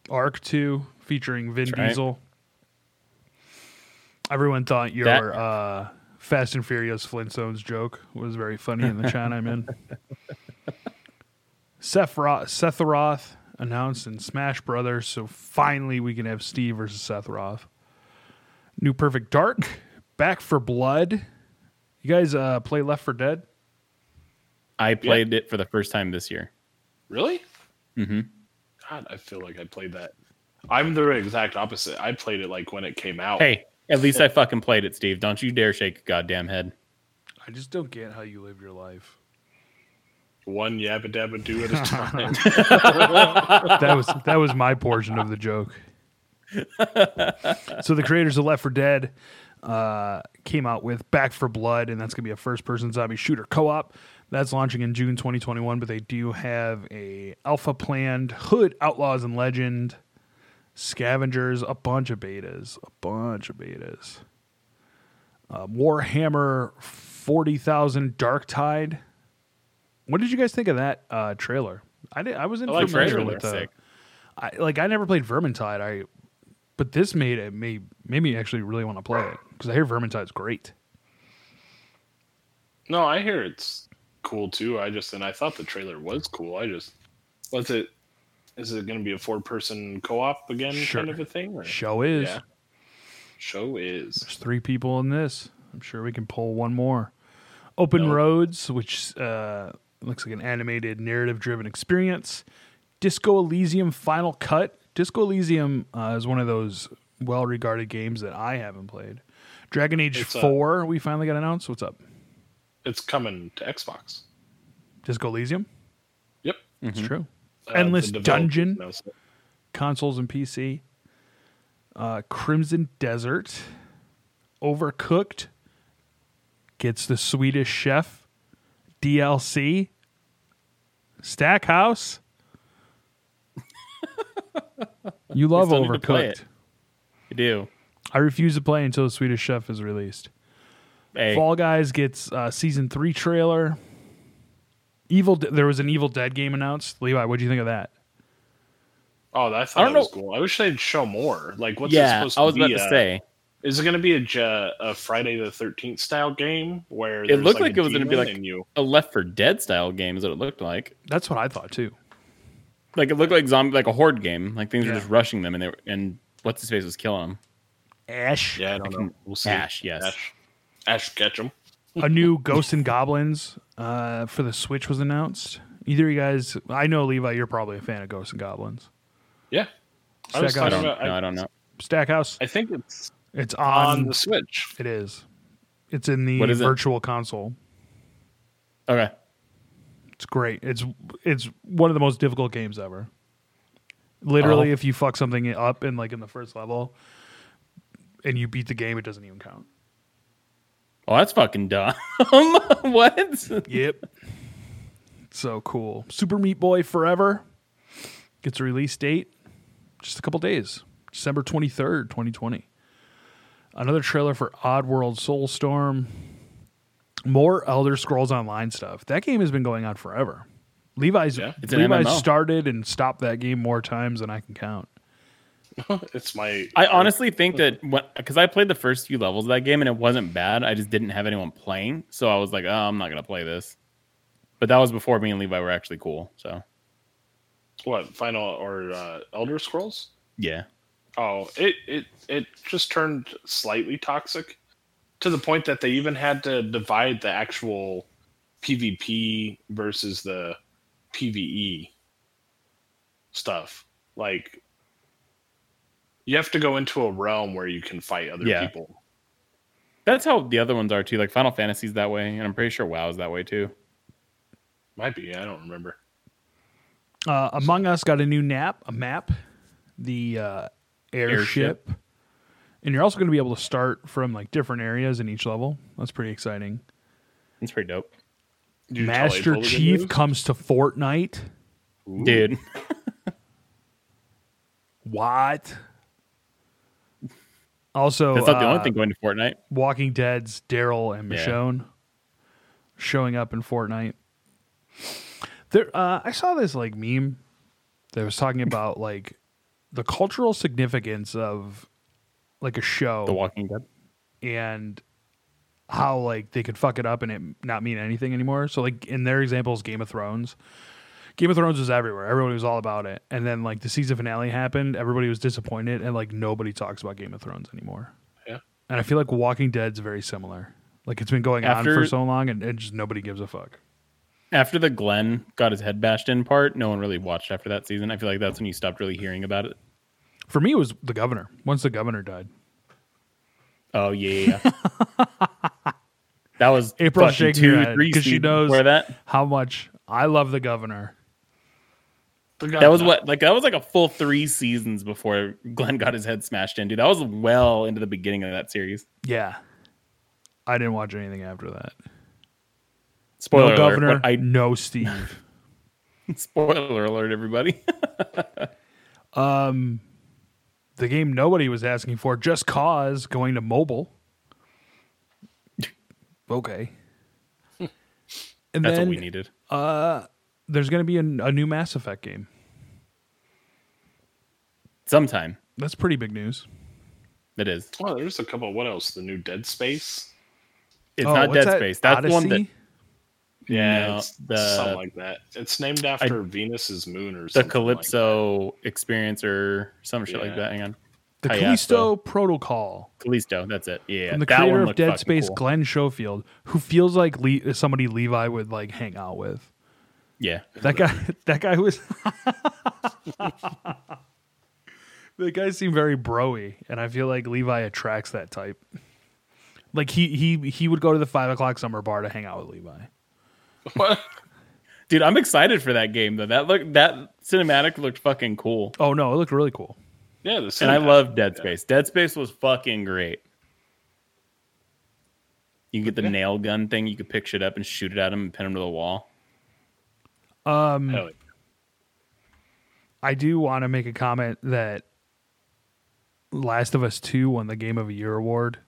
Speaker 1: Arc 2 featuring Vin
Speaker 3: That's right.
Speaker 1: Diesel. Everyone thought your
Speaker 3: That-
Speaker 1: uh, Fast and Furious Flintstones joke was very funny in the chat I'm in. Seth Roth, Seth Roth announced in Smash Brothers, so finally we can have Steve versus Seth Roth. New Perfect Dark, Back for Blood. You guys uh, play Left for Dead?
Speaker 3: I played it for the first time this year.
Speaker 2: Really?
Speaker 1: Mm-hmm.
Speaker 3: Mhm.
Speaker 2: God, I feel like I played that. I'm the exact opposite. I played it like when it came out.
Speaker 3: Hey, at least I fucking played it, Steve. Don't you dare shake your goddamn head.
Speaker 1: I just don't get how you live your life.
Speaker 2: one yabba dabba do at a time.
Speaker 1: that was that was my portion of the joke. so the creators of Left for Dead uh, came out with Back for Blood, and that's going to be a first-person zombie shooter co-op. That's launching in June 2021, but they do have a alpha planned Hood Outlaws and Legend, Scavengers, a bunch of betas, a bunch of betas. Uh, Warhammer 40,000 Dark Tide. What did you guys think of that uh, trailer? I did, I wasn't
Speaker 3: I like
Speaker 1: familiar
Speaker 3: trailer.
Speaker 1: with the
Speaker 3: Sick.
Speaker 1: I like I never played Vermintide. I but this made it made made me actually really want to play it because I hear Vermintide's great.
Speaker 2: No, I hear it's cool too. I just and I thought the trailer was cool. I just was it is it going to be a four person co op again
Speaker 1: Sure.
Speaker 2: kind of a thing? Or?
Speaker 1: Show is
Speaker 2: Yeah. Show is
Speaker 1: there's three people in this. I'm sure we can pull one more. Open
Speaker 2: No.
Speaker 1: Roads, which uh, looks like an animated narrative driven experience. Disco Elysium Final Cut. Disco Elysium uh, is one of those well regarded games that I haven't played. Dragon Age
Speaker 2: It's, uh,
Speaker 1: 4, we finally got announced. What's up?
Speaker 2: it's coming to Xbox.
Speaker 1: Disco Elysium?
Speaker 2: Yep.
Speaker 1: It's true.
Speaker 2: Uh,
Speaker 1: Endless
Speaker 2: the developers
Speaker 1: Dungeon.
Speaker 2: announced it.
Speaker 1: consoles and PC. Uh, Crimson Desert, Overcooked, gets the Swedish Chef, DLC, Stackhouse. you love
Speaker 3: still need to play
Speaker 1: Overcooked.
Speaker 3: it. You do.
Speaker 1: I refuse to play until the Swedish Chef is released.
Speaker 3: Hey,
Speaker 1: Fall Guys gets uh, season three trailer. Evil. De- there was an Evil Dead game announced. Levi, what do you think of that?
Speaker 2: Oh, I
Speaker 3: I
Speaker 2: thought
Speaker 3: don't
Speaker 2: that was
Speaker 3: know-
Speaker 2: cool. I wish they'd show more. Like, what's
Speaker 3: yeah,
Speaker 2: it supposed
Speaker 3: I was
Speaker 2: to be?
Speaker 3: about to
Speaker 2: uh,
Speaker 3: say.
Speaker 2: Is it going to be a, j- a Friday the Thirteenth style game where
Speaker 3: It
Speaker 2: there's,
Speaker 3: looked like
Speaker 2: a
Speaker 3: it was gonna be
Speaker 2: demon
Speaker 3: like-
Speaker 2: and you?
Speaker 3: A Left for Dead style game is what it looked like.
Speaker 1: That's what I thought too.
Speaker 3: Like it looked like zombie, like a horde game. Like things
Speaker 1: Yeah.
Speaker 3: were just rushing them, and they were, and what's his face was killing them.
Speaker 1: Ash.
Speaker 2: Yeah, I don't know. We'll see.
Speaker 3: Ash, yes.
Speaker 2: Ash, Ash Ketchum.
Speaker 1: a new Ghosts and Goblins uh, for the Switch was announced. Either of you guys, I know Levi, you're probably a fan of Ghosts and Goblins.
Speaker 2: Yeah. I was
Speaker 1: Stackhouse.
Speaker 3: I
Speaker 2: talking
Speaker 3: don't know.
Speaker 2: about. I,
Speaker 3: I don't know.
Speaker 1: Stackhouse,
Speaker 2: I think it's
Speaker 1: it's
Speaker 2: on
Speaker 1: on.
Speaker 2: the Switch.
Speaker 1: it is. It's in the
Speaker 3: What is it?
Speaker 1: virtual console.
Speaker 3: Okay,
Speaker 1: It's great. It's it's one of the most difficult games ever. Literally,
Speaker 3: Oh.
Speaker 1: if you fuck something up in like in the first level, and you beat the game, it doesn't even count.
Speaker 3: Oh, that's fucking dumb. what?
Speaker 1: Yep. so cool. Super Meat Boy Forever gets a release date just a couple days, December 23rd, 2020. Another trailer for Oddworld Soulstorm. More Elder Scrolls Online stuff. That game has been going on forever. Levi's
Speaker 2: Yeah.
Speaker 3: It's an
Speaker 1: Levi's
Speaker 3: MMO.
Speaker 1: started and stopped that game more times than I can count.
Speaker 2: It's my.
Speaker 3: I honestly think that because I played the first few levels of that game and it wasn't bad. I just didn't have anyone playing, so I was like, "Oh, I'm not gonna play this." But that was before me and Levi were actually cool. So
Speaker 2: what final or uh, elder scrolls
Speaker 3: yeah,
Speaker 2: oh it it it just turned slightly toxic to the point that they even had to divide the actual pvp versus the pve stuff like you have to go into a realm where you can fight other
Speaker 3: Yeah.
Speaker 2: people
Speaker 3: that's how the other ones are too. Like Final Fantasy's that way, and I'm pretty sure WoW's that way too.
Speaker 2: might be i don't remember
Speaker 1: Uh, Among Us got a new nap, a map, the uh, airship. and you're also going to be able to start from like different areas in each level. That's pretty exciting.
Speaker 3: It's pretty dope,
Speaker 2: Did you tell
Speaker 1: Master
Speaker 2: April the good
Speaker 1: Chief
Speaker 2: news?
Speaker 1: comes to Fortnite.
Speaker 2: Ooh.
Speaker 3: dude.
Speaker 1: What? Also,
Speaker 3: That's not the
Speaker 1: uh,
Speaker 3: only thing going to Fortnite.
Speaker 1: Walking Dead's Daryl and
Speaker 3: Yeah.
Speaker 1: Michonne showing up in Fortnite. There, uh, I saw this like meme that was talking about like the cultural significance of like a show
Speaker 3: The Walking Dead.
Speaker 1: and how like they could fuck it up and it not mean anything anymore. So like in their examples, Game of Thrones. Game of Thrones was everywhere. Everybody was all about it. And then like the season finale happened, everybody was disappointed and like nobody talks about Game of Thrones anymore.
Speaker 2: Yeah.
Speaker 1: And I feel like Walking Dead's very similar. Like it's been going on for
Speaker 3: After-
Speaker 1: so long and, and just nobody gives a fuck.
Speaker 3: After the Glenn got his head bashed in part, no one really watched after that season. I feel like that's when you stopped really hearing about it.
Speaker 1: For me it was the governor. Once the governor died.
Speaker 3: Oh yeah, yeah, yeah. that was
Speaker 1: April's
Speaker 3: fucking
Speaker 1: shaking her
Speaker 3: two,
Speaker 1: head
Speaker 3: three
Speaker 1: 'cause she
Speaker 3: seasons
Speaker 1: knows-
Speaker 3: before that.
Speaker 1: How much I love the governor.
Speaker 2: The
Speaker 3: That was
Speaker 2: Godfather.
Speaker 3: what like that was like a full three seasons before Glenn got his head smashed in, dude. That was well into the beginning of that series.
Speaker 1: Yeah. I didn't watch anything after that.
Speaker 3: Spoiler
Speaker 1: no
Speaker 3: alert!
Speaker 1: governor,
Speaker 3: but I
Speaker 1: no Steve.
Speaker 3: spoiler alert, everybody.
Speaker 1: the game nobody was asking for, Just Cause going to mobile. Okay. And
Speaker 3: That's
Speaker 1: then
Speaker 3: what we needed.
Speaker 1: there's going to be a, a new Mass Effect game.
Speaker 3: Sometime
Speaker 1: That's pretty big news.
Speaker 3: it is.
Speaker 2: Well, there's a couple. What else? The new Dead Space.
Speaker 3: It's
Speaker 1: Oh,
Speaker 3: not
Speaker 1: what's
Speaker 3: Dead
Speaker 1: that?
Speaker 3: Space. That's the one that
Speaker 1: Odyssey?
Speaker 3: yeah,
Speaker 2: No,
Speaker 3: it's the
Speaker 2: something like that. It's named after Venus's moon or
Speaker 3: the
Speaker 2: something.
Speaker 3: Calypso experience or some shit
Speaker 2: Yeah.
Speaker 3: like that. Hang on,
Speaker 1: the
Speaker 3: Hi, yeah,
Speaker 1: Callisto
Speaker 3: so-
Speaker 1: Protocol
Speaker 3: Callisto. That's it. Yeah,
Speaker 1: from the
Speaker 3: that one
Speaker 1: creator of
Speaker 3: looked
Speaker 1: Dead
Speaker 3: fucking
Speaker 1: Space,
Speaker 3: cool.
Speaker 1: Glenn Schofield, who feels like Le- somebody Levi would like hang out with.
Speaker 3: yeah,
Speaker 1: That guy. That guy was. the guy seemed very broy, and I feel like Levi attracts that type. Like he he he would go to the five o'clock summer bar to hang out with Levi.
Speaker 2: Like that.
Speaker 3: dude, I'm excited for that game though. That look that cinematic looked fucking cool,
Speaker 1: Oh no, it looked really cool.
Speaker 2: yeah, the
Speaker 3: and I
Speaker 2: cinematic.
Speaker 3: love Dead Space. Dead Space was fucking great. You can get the nail gun thing. You could pick shit up and shoot it at him and pin him to the wall.
Speaker 2: Hell yeah.
Speaker 1: I do want to make a comment that Last of Us Two won the Game of the Year award,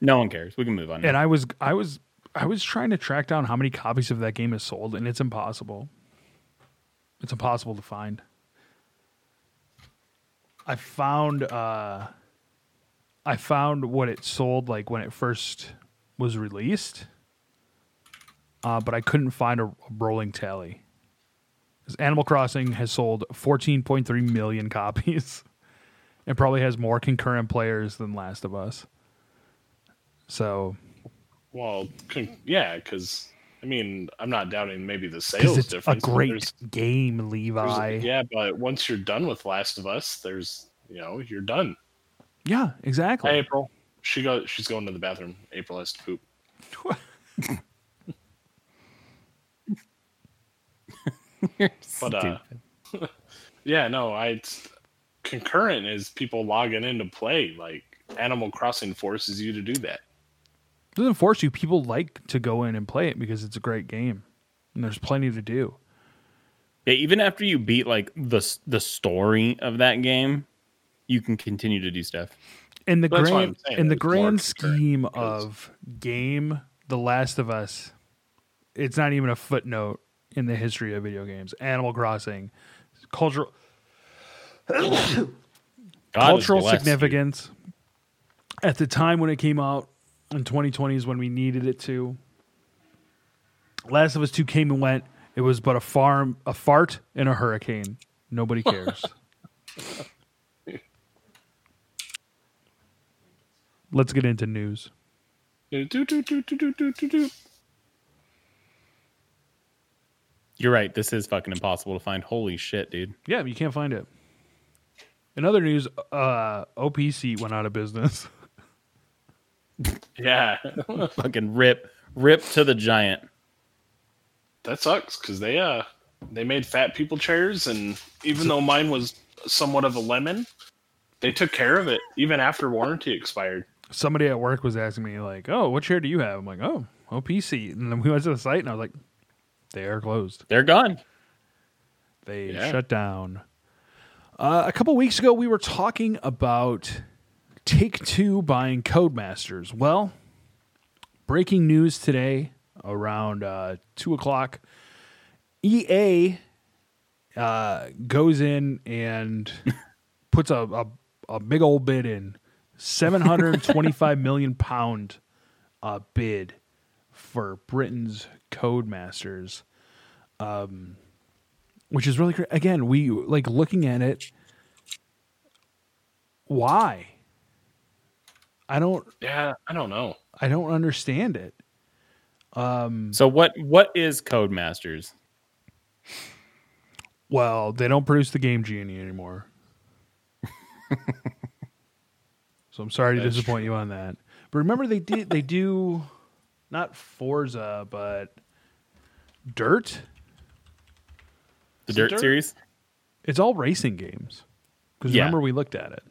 Speaker 3: No one cares. We can move on.
Speaker 1: and I was I was I was trying to track down how many copies of that game is sold, and it's impossible. It's impossible to find. I found uh I found what it sold like when it first was released. Uh, but I couldn't find a, a rolling tally. 'Cause Animal Crossing has sold 14.3 million copies and probably has more concurrent players than Last of Us. So,
Speaker 2: Well, con- yeah, because I mean, I'm not doubting maybe the
Speaker 1: because
Speaker 2: sales
Speaker 1: it's a
Speaker 2: difference. but
Speaker 1: great
Speaker 2: there's-
Speaker 1: game,
Speaker 2: there's-
Speaker 1: Levi. yeah.
Speaker 2: yeah, but once you're done with Last of Us, there's you know you're done.
Speaker 1: exactly.
Speaker 2: Hey, April. She go. She's going to the bathroom. April has to poop. But uh, yeah, no, I it's- concurrent is people logging in to play. Like Animal Crossing forces you to do that.
Speaker 1: It doesn't force you. People like to go in and play it because it's a great game, and there's plenty to do.
Speaker 3: Yeah, even after you beat like the s- the story of that game, you can continue to do stuff.
Speaker 1: in the
Speaker 2: That's what
Speaker 1: grand
Speaker 2: I'm saying.
Speaker 1: in the
Speaker 2: It's more
Speaker 1: grand
Speaker 2: concurrent
Speaker 1: scheme
Speaker 2: because-
Speaker 1: of game the last of us it's not even a footnote in the history of video games animal crossing cultural
Speaker 3: God has
Speaker 1: cultural
Speaker 3: blessed you.
Speaker 1: significance at the time when it came out in 2020 is when we needed it to last of us 2 came and went it was but a farm a fart and a hurricane nobody cares let's get into news
Speaker 2: Do, do, do, do, do, do, do, do.
Speaker 3: You're right. This is fucking impossible to find. Holy shit, dude.
Speaker 1: Yeah, you can't find it. In other news, uh, OPC went out of business.
Speaker 2: Yeah,
Speaker 3: Fucking rip, rip to the giant.
Speaker 2: that sucks because they uh they made fat people chairs, and even though mine was somewhat of a lemon, they took care of it even after warranty expired.
Speaker 1: Somebody at work was asking me, like, oh, what chair do you have? I'm like, oh, OPC. And then we went to the site and I was like, they are closed.
Speaker 3: They're gone.
Speaker 1: They
Speaker 2: Yeah.
Speaker 1: shut down. Uh, a couple weeks ago, we were talking about Take Two buying Codemasters. Well, breaking news today around uh, 2 o'clock EA uh, goes in and puts a, a, a big old bid in 725 million pound uh, bid for Britain's Codemasters. Um, which is really great. Again, we like looking at it. Why? I don't.
Speaker 2: Yeah, I don't know.
Speaker 1: I don't understand it.
Speaker 3: So what? What is Codemasters?
Speaker 1: Well, they don't produce the Game Genie anymore. so I'm sorry to
Speaker 2: That's
Speaker 1: disappoint you on that. But remember, they did they do not Forza, but Dirt.
Speaker 3: The
Speaker 2: Is it
Speaker 3: Dirt,
Speaker 2: Dirt?
Speaker 3: series.
Speaker 1: It's all racing games. Because
Speaker 3: Yeah.
Speaker 1: remember we looked at it.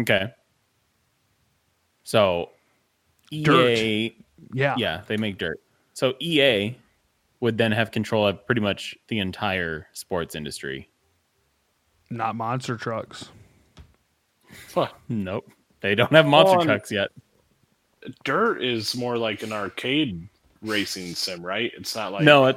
Speaker 3: Okay. So,
Speaker 1: Dirt.
Speaker 3: EA,
Speaker 1: Yeah.
Speaker 3: yeah, they make dirt. So EA would then have control of pretty much the entire sports industry.
Speaker 1: Not monster trucks.
Speaker 2: Fuck.
Speaker 3: Nope, they don't have monster
Speaker 2: On-
Speaker 3: trucks yet.
Speaker 2: Dirt is more like an arcade racing sim, right? It's not like
Speaker 3: no, it,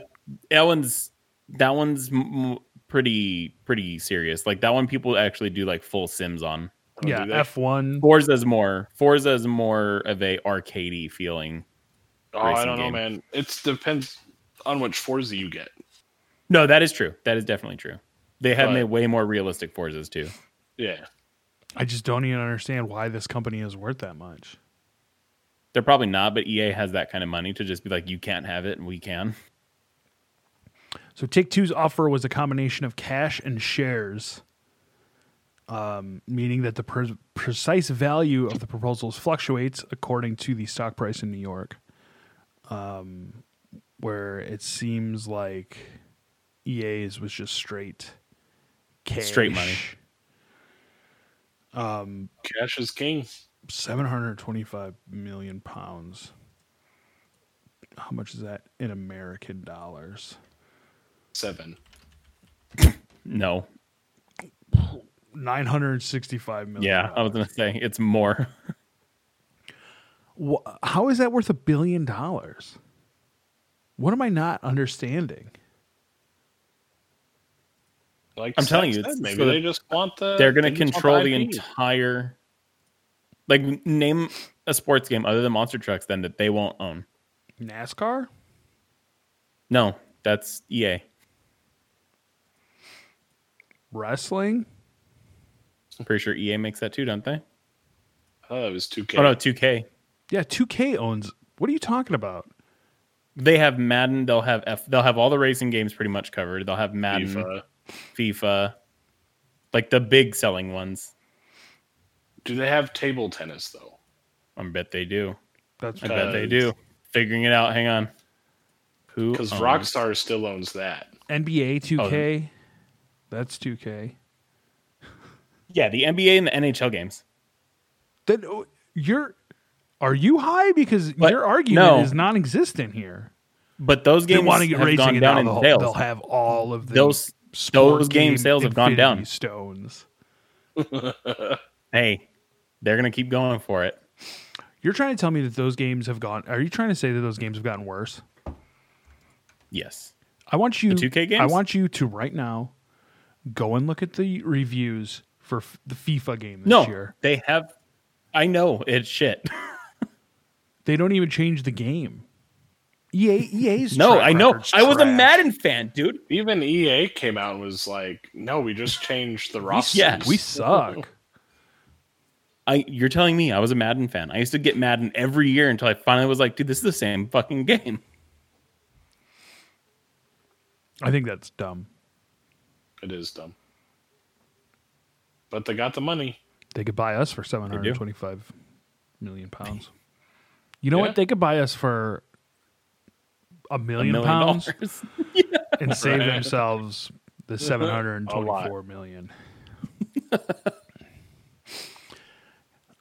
Speaker 3: that one's that one's m- m- pretty pretty serious. Like that one, people actually do like full sims on.
Speaker 2: Oh,
Speaker 1: yeah.
Speaker 2: do they?
Speaker 1: F1.
Speaker 3: Forza's more Forza's more of a arcadey feeling.
Speaker 2: Oh, I
Speaker 3: racing
Speaker 2: don't know,
Speaker 3: game.
Speaker 2: man. It depends on which Forza you get.
Speaker 3: No, that is true. That is definitely true. They have
Speaker 2: But-
Speaker 3: made way more realistic Forzas too.
Speaker 2: Yeah.
Speaker 1: I just don't even understand why this company is worth that much.
Speaker 3: They're probably not, but EA has that kind of money to just be like, you can't have it and we can.
Speaker 1: So Take Two's offer was a combination of cash and shares, um, meaning that the pre- precise value of the proposals fluctuates according to the stock price in New York, um, where it seems like EA's was just straight cash.
Speaker 3: Straight money.
Speaker 2: Cash is king.
Speaker 1: 725 million pounds. How much is that in American dollars?
Speaker 2: Seven.
Speaker 3: No,
Speaker 1: 965 million.
Speaker 3: Yeah, I was gonna say it's more.
Speaker 1: Wh- how is that worth a billion dollars? What am I not understanding?
Speaker 2: Like
Speaker 3: I'm telling
Speaker 2: Seth
Speaker 3: you, it's-
Speaker 2: said, maybe
Speaker 3: so
Speaker 2: they just want the.
Speaker 3: They're gonna
Speaker 2: they just want
Speaker 3: control the
Speaker 2: IP.
Speaker 3: entire. Like, name a sports game other than Monster Trucks then that they won't own.
Speaker 1: NASCAR?
Speaker 3: No, that's E EA.
Speaker 1: Wrestling?
Speaker 3: I'm pretty sure EA makes that too, don't they?
Speaker 2: Oh, it was two K.
Speaker 3: Oh no, 2K.
Speaker 1: Yeah, 2K owns. What are you talking about?
Speaker 3: They have Madden. They'll have F. They'll have all the racing games pretty much covered. They'll have Madden, FIFA,
Speaker 2: FIFA.
Speaker 3: like the big selling ones.
Speaker 2: Do they have table tennis though?
Speaker 3: I bet they do.
Speaker 1: That's
Speaker 3: I bet they
Speaker 2: Cause-
Speaker 3: do. Figuring it out. Hang on. Who?
Speaker 2: Because
Speaker 3: owns-
Speaker 2: Rockstar still owns that.
Speaker 1: NBA
Speaker 3: Oh,
Speaker 1: 2K. That's 2K.
Speaker 3: Yeah, the NBA and the NHL games.
Speaker 1: Then oh, you're are you high because
Speaker 3: But-
Speaker 1: your argument
Speaker 3: no.
Speaker 1: is non-existent here.
Speaker 3: But those
Speaker 1: They
Speaker 3: games
Speaker 1: want to get
Speaker 3: have
Speaker 1: racing
Speaker 3: gone
Speaker 1: and
Speaker 3: down
Speaker 1: now
Speaker 3: in
Speaker 1: they'll,
Speaker 3: sales.
Speaker 1: they'll have all of the
Speaker 3: Those-
Speaker 1: sport
Speaker 3: those game sales have gone
Speaker 1: infinity
Speaker 3: down.
Speaker 1: Stones.
Speaker 3: hey, they're gonna keep going for it.
Speaker 1: You're trying to tell me that those games have gone Are you trying to say that those games have gotten worse?
Speaker 3: Yes.
Speaker 1: I want you
Speaker 3: 2K
Speaker 1: I
Speaker 3: games?
Speaker 1: want you to right now go and look at the reviews for f- the FIFA game this
Speaker 3: No,
Speaker 1: year.
Speaker 3: they have. I know it's shit.
Speaker 1: They don't even change the game. E EA EA's
Speaker 3: no,
Speaker 1: track
Speaker 3: I know.
Speaker 1: record's
Speaker 3: I was a
Speaker 1: trash.
Speaker 3: Madden fan, dude.
Speaker 2: Even EA came out and was like, "No, we just changed the roster."
Speaker 3: yeah,
Speaker 1: We suck.
Speaker 3: I you're telling me I was a Madden fan. I used to get Madden every year until I finally was like, dude, this is the same fucking game.
Speaker 1: I think that's dumb.
Speaker 2: It is dumb. But they got the money.
Speaker 1: They could buy us for 725 million pounds. You know
Speaker 2: Yeah.
Speaker 1: what? They could buy us for a
Speaker 3: A
Speaker 1: million,
Speaker 3: million
Speaker 1: pounds
Speaker 3: dollars.
Speaker 1: and save
Speaker 2: Right.
Speaker 1: themselves the 724 million.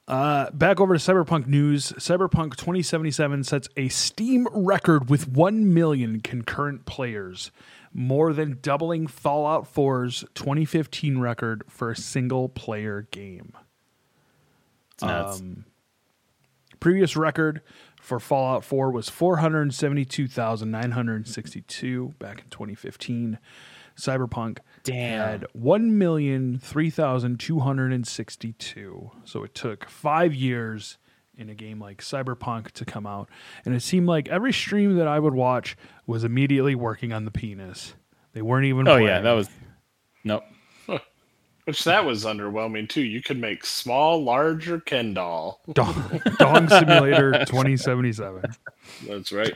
Speaker 1: uh, back over to Cyberpunk news. Cyberpunk 2077 sets a Steam record with 1 million concurrent players, more than doubling Fallout 4's 2015 record for a single player game.
Speaker 3: It's
Speaker 1: Um,
Speaker 3: nuts.
Speaker 1: Previous record for Fallout 4 was 472,962 back in 2015. Cyberpunk
Speaker 3: Damn.
Speaker 1: had 1,003,262. So it took five years in a game like Cyberpunk to come out. And it seemed like every stream that I would watch was immediately working on the penis. They weren't even
Speaker 3: oh
Speaker 1: playing.
Speaker 3: yeah, that was nope.
Speaker 2: Which that was underwhelming too. You could make small, large, or Ken doll.
Speaker 1: Dong, Dong Simulator 2077.
Speaker 2: That's right.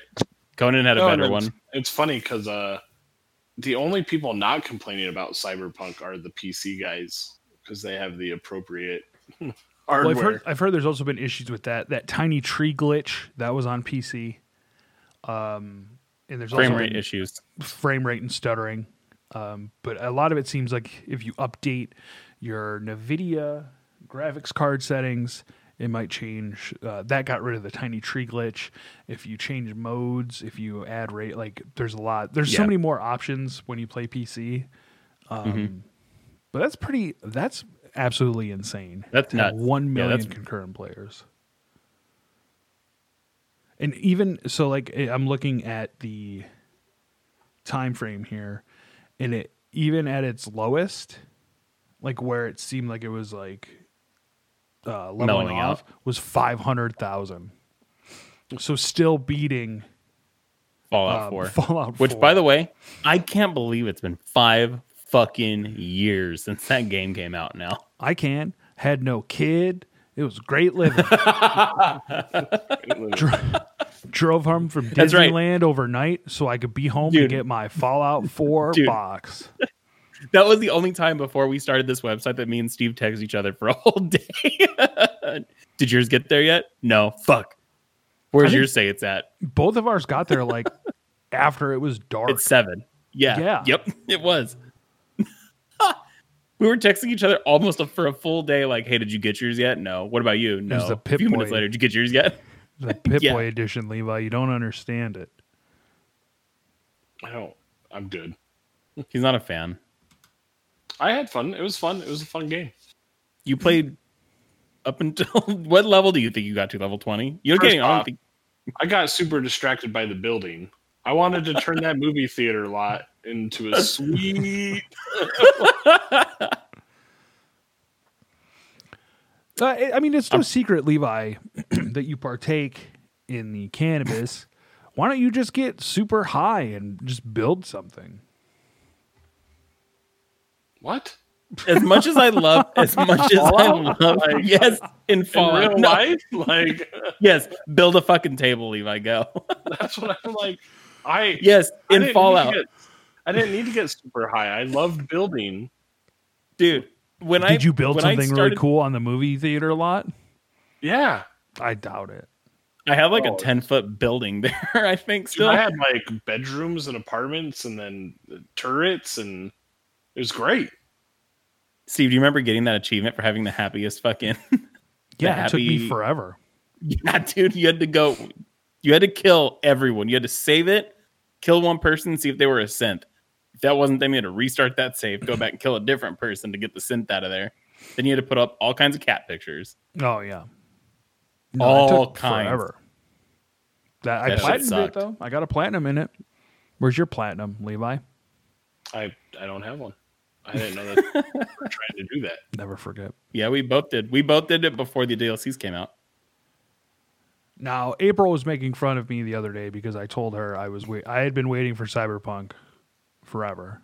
Speaker 3: Conan had a
Speaker 2: No, and
Speaker 3: better
Speaker 2: it's-
Speaker 3: one.
Speaker 2: It's funny because uh, the only people not complaining about Cyberpunk are the PC guys because they have the appropriate hardware.
Speaker 1: Well, I've heard, I've heard there's also been issues with that. That tiny tree glitch that was on PC. Um, and there's
Speaker 3: Frame
Speaker 1: also
Speaker 3: rate
Speaker 1: been
Speaker 3: issues.
Speaker 1: frame rate and stuttering. Um, but a lot of it seems like if you update your NVIDIA graphics card settings, it might change. Uh, that got rid of the tiny tree glitch. If you change modes, if you add rate, like there's a lot. There's so
Speaker 3: Yeah.
Speaker 1: many more options when you play PC. Um,
Speaker 3: Mm-hmm.
Speaker 1: But that's pretty. That's absolutely insane.
Speaker 3: That's
Speaker 1: to have
Speaker 3: nuts.
Speaker 1: One
Speaker 3: Yeah,
Speaker 1: million
Speaker 3: that's-
Speaker 1: concurrent players. And even so, like I- I'm looking at the time frame here, and it even at its lowest, like where it seemed like it was like uh, leveling
Speaker 3: Mellowing
Speaker 1: off, was five hundred thousand. So still beating
Speaker 3: Fallout
Speaker 1: um,
Speaker 3: Four.
Speaker 1: Fallout,
Speaker 3: Which,
Speaker 1: 4.
Speaker 3: by the way, I can't believe it's been five fucking years since that game came out. Now,
Speaker 1: I can had no kid. It was great living. Drove home from
Speaker 3: That's right.
Speaker 1: Disneyland overnight so I could be home
Speaker 3: Dude.
Speaker 1: to get my Fallout Four
Speaker 3: Dude.
Speaker 1: box.
Speaker 3: that was the only time before we started this website that me and Steve text each other for a whole day. Did yours get there yet? No. Fuck.
Speaker 1: I
Speaker 3: Where's
Speaker 1: think-
Speaker 3: yours say it's at?
Speaker 1: Both of ours got there like after it was dark.
Speaker 3: It's seven. Yeah.
Speaker 1: Yeah.
Speaker 3: Yep. It was. we were texting each other almost for a full day. Like, hey, did you get yours yet? No. What about you? No.
Speaker 1: was the
Speaker 3: a
Speaker 1: Pip
Speaker 3: few minutes
Speaker 1: Boy.
Speaker 3: later, did you get yours yet?
Speaker 1: the Pip
Speaker 3: Yeah.
Speaker 1: Boy edition, Levi. You don't understand it.
Speaker 2: I don't. I'm good.
Speaker 3: He's not a fan.
Speaker 2: I had fun. It was fun. It was a fun game.
Speaker 3: You played up until what level do you think you got to? Level twenty? You're
Speaker 2: First
Speaker 3: getting. I don't
Speaker 2: off,
Speaker 3: think
Speaker 2: I got super distracted by the building. I wanted to turn that movie theater lot into a sweet.
Speaker 1: Uh, I- I mean, it's no
Speaker 3: Um,
Speaker 1: secret, Levi, that you partake in the cannabis. Why don't you just get super high and just build something?
Speaker 2: What?
Speaker 3: as much as I love, as much as I love, yes, in
Speaker 2: In
Speaker 3: Fallout,
Speaker 2: real
Speaker 3: no,
Speaker 2: life? Like,
Speaker 3: yes, build a fucking table, Levi. Go,
Speaker 2: that's what I'm like. I.
Speaker 3: yes,
Speaker 2: I didn't
Speaker 3: in
Speaker 2: need to
Speaker 3: Fallout,
Speaker 2: get- I didn't need to get super high. I loved building.
Speaker 3: dude. When I
Speaker 1: Did you build
Speaker 3: when I
Speaker 1: something really
Speaker 3: started-
Speaker 1: cool on the movie theater lot?
Speaker 2: Yeah.
Speaker 1: I doubt it.
Speaker 3: I have like
Speaker 2: Oh.
Speaker 3: a ten foot building there. I think
Speaker 2: Dude,
Speaker 3: still.
Speaker 2: I had like bedrooms and apartments and then turrets, and it was great.
Speaker 3: Steve, do you remember getting that achievement for having the happiest fucking?
Speaker 1: Yeah, it took me
Speaker 3: happy-
Speaker 1: forever.
Speaker 3: yeah, dude, you had to go. You had to kill everyone. You had to save it, kill one person, see if they were a synth. If that wasn't them, you had to restart that save, go back and kill a different person to get the synth out of there. Then you had to put up all kinds of cat pictures.
Speaker 1: Oh yeah,
Speaker 3: All
Speaker 1: it took
Speaker 3: kinds.
Speaker 1: Forever. That, I
Speaker 3: That shit
Speaker 1: platinumed it
Speaker 3: sucked.
Speaker 1: though. I got a platinum in it. Where's your platinum, Levi?
Speaker 2: I I don't have one. I didn't know that we were trying to do that.
Speaker 1: Never forget.
Speaker 3: Yeah, we both did. We both did it before the DLCs came out.
Speaker 1: Now, April was making fun of me the other day because I told her I was wait- I had been waiting for Cyberpunk forever.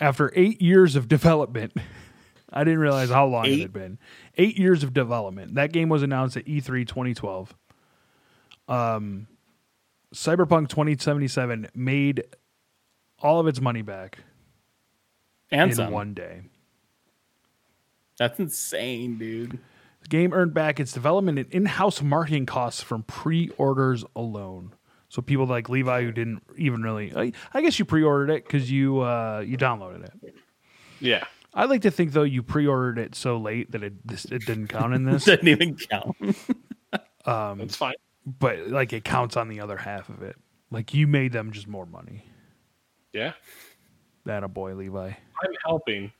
Speaker 1: After 8 years of development, I didn't realize how long it had
Speaker 3: Eight?
Speaker 1: been. 8 years of development. That game was announced at E E3 2012. Um Cyberpunk 2077 made all of its money back
Speaker 3: And
Speaker 1: in
Speaker 3: some.
Speaker 1: one day.
Speaker 3: That's insane, dude.
Speaker 1: The game earned back its development and in-house marketing costs from pre-orders alone. So people like Levi who didn't even really I, I guess you pre-ordered it cuz you uh you downloaded it.
Speaker 2: Yeah.
Speaker 1: I like to think though you pre-ordered it so late that it this, it didn't count in this,
Speaker 3: Doesn't even count. Um,
Speaker 2: That's fine.
Speaker 1: but like it counts on the other half of it. Like you made them just more money.
Speaker 2: Yeah.
Speaker 1: That a boy Levi.
Speaker 2: I'm helping.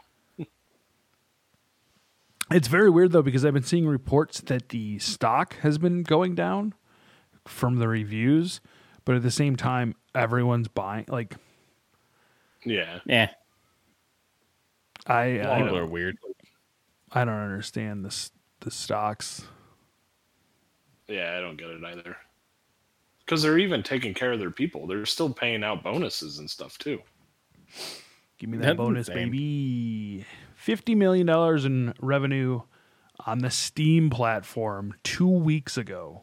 Speaker 1: It's very weird though because I've been seeing reports that the stock has been going down from the reviews, but at the same time everyone's buying like
Speaker 2: Yeah.
Speaker 3: Yeah,
Speaker 1: I I
Speaker 3: people
Speaker 1: don't-
Speaker 3: are weird.
Speaker 1: I don't understand this the stocks.
Speaker 2: Yeah, I don't get it either. Because they're even taking care of their people. They're still paying out bonuses and stuff too.
Speaker 1: Give me that
Speaker 3: That's
Speaker 1: bonus,
Speaker 3: insane.
Speaker 1: baby. Fifty million dollars in revenue on the Steam platform two weeks ago.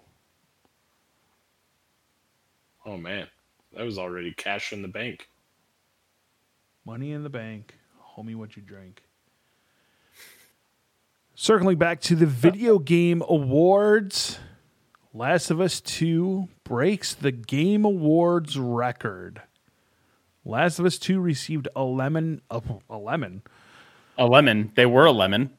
Speaker 2: Oh man, that was already cash in the bank.
Speaker 1: Money in the bank. Homie, what you drink. Circling back to the video game awards, Last of Us 2 breaks the Game Awards record Last of Us 2 received a lemon, a, a lemon,
Speaker 3: A lemon. They were a lemon.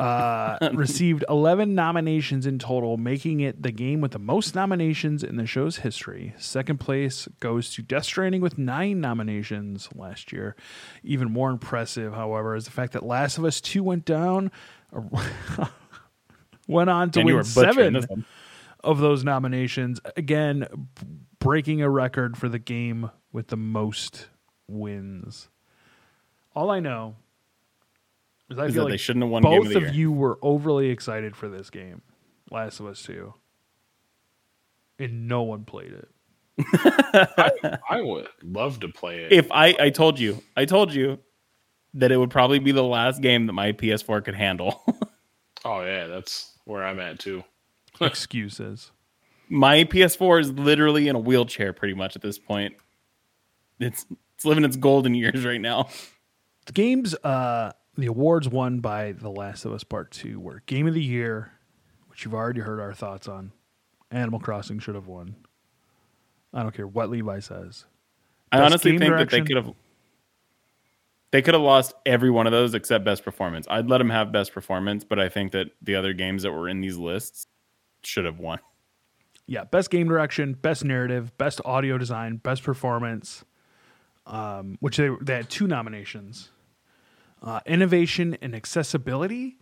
Speaker 1: uh, received 11 nominations in total, making it the game with the most nominations in the show's history. Second place goes to Death Stranding with nine nominations last year. Even more impressive, however, is the fact that Last of Us 2 went down, went on to
Speaker 3: and you were
Speaker 1: win
Speaker 3: butchering
Speaker 1: seven
Speaker 3: this one.
Speaker 1: of those nominations. Again, b- breaking a record for the game with the most wins. All I know is I
Speaker 3: Is
Speaker 1: feel
Speaker 3: that they
Speaker 1: like
Speaker 3: shouldn't have won game
Speaker 1: both
Speaker 3: of
Speaker 1: of,
Speaker 3: the year.
Speaker 1: you were overly excited for this game, Last of Us 2. And no one played it.
Speaker 2: I would love to play it.
Speaker 3: If I, I told you, I told you that it would probably be the last game that my PS4 could handle.
Speaker 2: oh yeah, that's where I'm at too.
Speaker 1: Excuses.
Speaker 3: my PS4 is literally in a wheelchair pretty much at this point. It's it's living its golden years right now.
Speaker 1: The games, uh, the awards won by The Last of Us Part 2 were Game of the Year, which you've already heard our thoughts on. Animal Crossing should have won. I don't care what Levi says.
Speaker 3: I
Speaker 1: Best
Speaker 3: honestly
Speaker 1: game
Speaker 3: think that
Speaker 1: direction?
Speaker 3: they could have they could have lost every one of those except best performance. I'd let them have best performance, but I think that the other games that were in these lists should have won.
Speaker 1: yeah, best game direction, best narrative, best audio design, best performance, um, which they, they had two nominations uh, innovation and accessibility,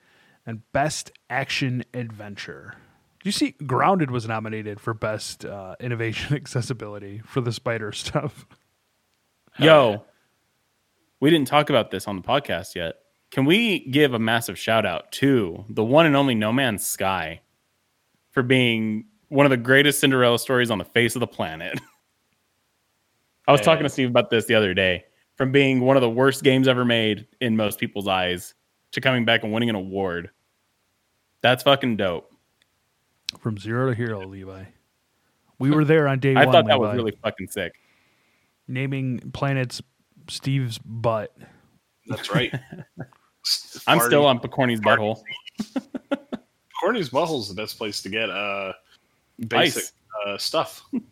Speaker 1: and best action adventure. Did you see Grounded was nominated for best uh, innovation accessibility for the spider stuff?
Speaker 3: Yo, we didn't talk about this on the podcast yet. Can we give a massive shout out to the one and only No Man's Sky for being one of the greatest Cinderella stories on the face of the planet? I was talking to Steve about this the other day. From being one of the worst games ever made in most people's eyes to coming back and winning an award. That's fucking dope.
Speaker 1: From zero to hero, Levi. We were there on day
Speaker 3: I
Speaker 1: one.
Speaker 3: thought that was
Speaker 1: Levi.
Speaker 3: really fucking sick.
Speaker 1: naming planets Steve's butt.
Speaker 2: That's right.
Speaker 3: I'm
Speaker 2: Farty-
Speaker 3: still on Picorni's butthole.
Speaker 2: Corny's butthole's the best place to get uh basic
Speaker 3: Ice.
Speaker 2: uh, stuff. in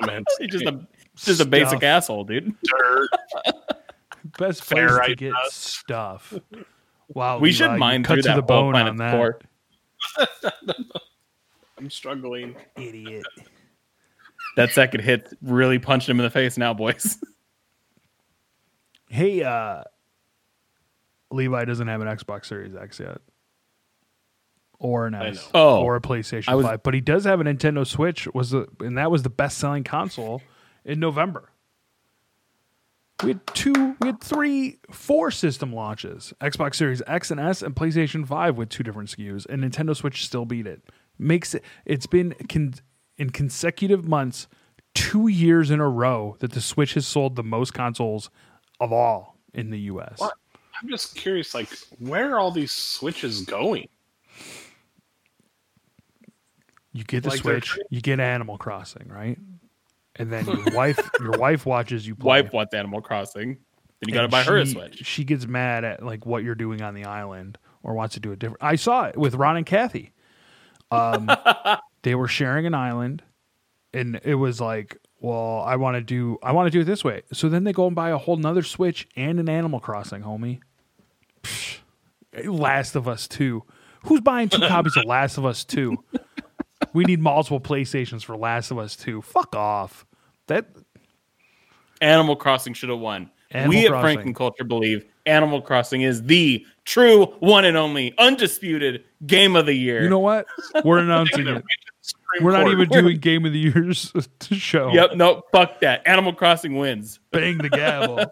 Speaker 2: no man's
Speaker 3: He's just
Speaker 2: Sky.
Speaker 3: a just a basic
Speaker 1: Stuff.
Speaker 3: asshole, dude.
Speaker 2: dirt.
Speaker 1: Best
Speaker 2: Fair
Speaker 1: place to
Speaker 2: right,
Speaker 1: get
Speaker 2: Russ.
Speaker 1: stuff. Wow,
Speaker 3: We
Speaker 1: Levi,
Speaker 3: should
Speaker 1: Oh, you
Speaker 3: mine
Speaker 1: cut
Speaker 3: through
Speaker 1: to
Speaker 3: that
Speaker 1: the bone
Speaker 3: whole
Speaker 1: on
Speaker 3: planet's
Speaker 1: that.
Speaker 3: core.
Speaker 2: I'm struggling.
Speaker 1: Idiot.
Speaker 3: That second hit really punched him in the face now, boys.
Speaker 1: Hey, uh, Levi doesn't have an Xbox Series X yet, or an S,
Speaker 2: know.
Speaker 3: Oh.
Speaker 1: or a PlayStation
Speaker 3: I was-
Speaker 1: Five, but he does have a Nintendo Switch. Was the and that was the best selling console in November. We had two, we had three, four system launches: Xbox Series X and S, and PlayStation Five with two different SKUs, and Nintendo Switch still beat it. Makes it. It's been con- in consecutive months, two years in a row that the Switch has sold the most consoles of all in the U.S.
Speaker 2: What? I'm just curious, like, where are all these switches going?
Speaker 1: You get the
Speaker 2: Like they're-
Speaker 1: Switch, you get Animal Crossing, right? And then your wife, your wife watches you play.
Speaker 3: Wipe what's Animal Crossing. Then you got to
Speaker 1: and
Speaker 3: buy her a
Speaker 1: she-
Speaker 3: Switch.
Speaker 1: She gets mad at like what you're doing on the island or wants to do it different. I saw it with Ron and Kathy. Um, they were sharing an island, and it was like, well, I want to do, I want to do it this way. So then they go and buy a whole nother Switch and an Animal Crossing, homie. Psh, Last of Us Two. Who's buying two copies of Last of Us Two? We need multiple PlayStations for Last of Us Two. Fuck off. That
Speaker 3: Animal Crossing should have won.
Speaker 1: Animal
Speaker 3: we
Speaker 1: Crossing.
Speaker 3: at Franken Culture believe Animal Crossing is the true one and only undisputed game of the year.
Speaker 1: you know what? We're announcing
Speaker 2: They're
Speaker 1: it.
Speaker 2: right to the Supreme
Speaker 1: We're not
Speaker 2: Court.
Speaker 1: even doing Game of the Year's to show.
Speaker 3: Yep. No. Fuck that. Animal Crossing wins.
Speaker 1: Bang the gavel.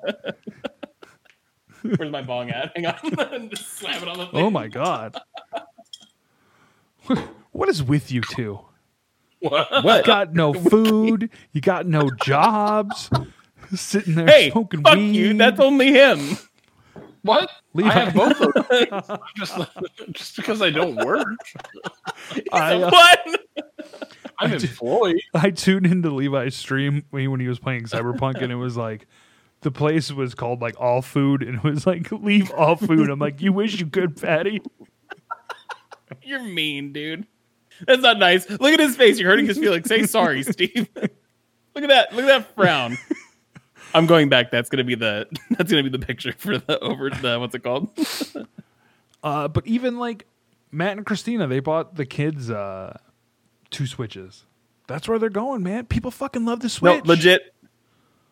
Speaker 3: Where's my bong at? Hang on. Just slap it on the. Thing.
Speaker 1: oh my god. what is with you two?
Speaker 2: What?
Speaker 1: You got no food. You got no jobs. Sitting there
Speaker 3: Hey,
Speaker 1: smoking
Speaker 3: fuck
Speaker 1: weed.
Speaker 3: you. That's only him.
Speaker 2: what?
Speaker 1: Levi.
Speaker 2: I have both of them. I'm just, just because I don't work,
Speaker 1: I, uh,
Speaker 3: what?
Speaker 2: I'm employed.
Speaker 1: I tuned into Levi's stream when when he was playing Cyberpunk, and it was like the place was called like All Food, and it was like Leave All Food. I'm like, you wish you could, Patty.
Speaker 3: You're mean, dude. That's not nice. Look at his face. You're hurting his feelings. Say sorry, Steve. Look at that. Look at that frown. I'm going back. That's gonna be the that's gonna be the picture for the over the what's it called?
Speaker 1: Uh, but even like Matt and Christina, they bought the kids uh, two switches. That's where they're going, man. People fucking love the
Speaker 3: No,
Speaker 1: Switch.
Speaker 3: legit.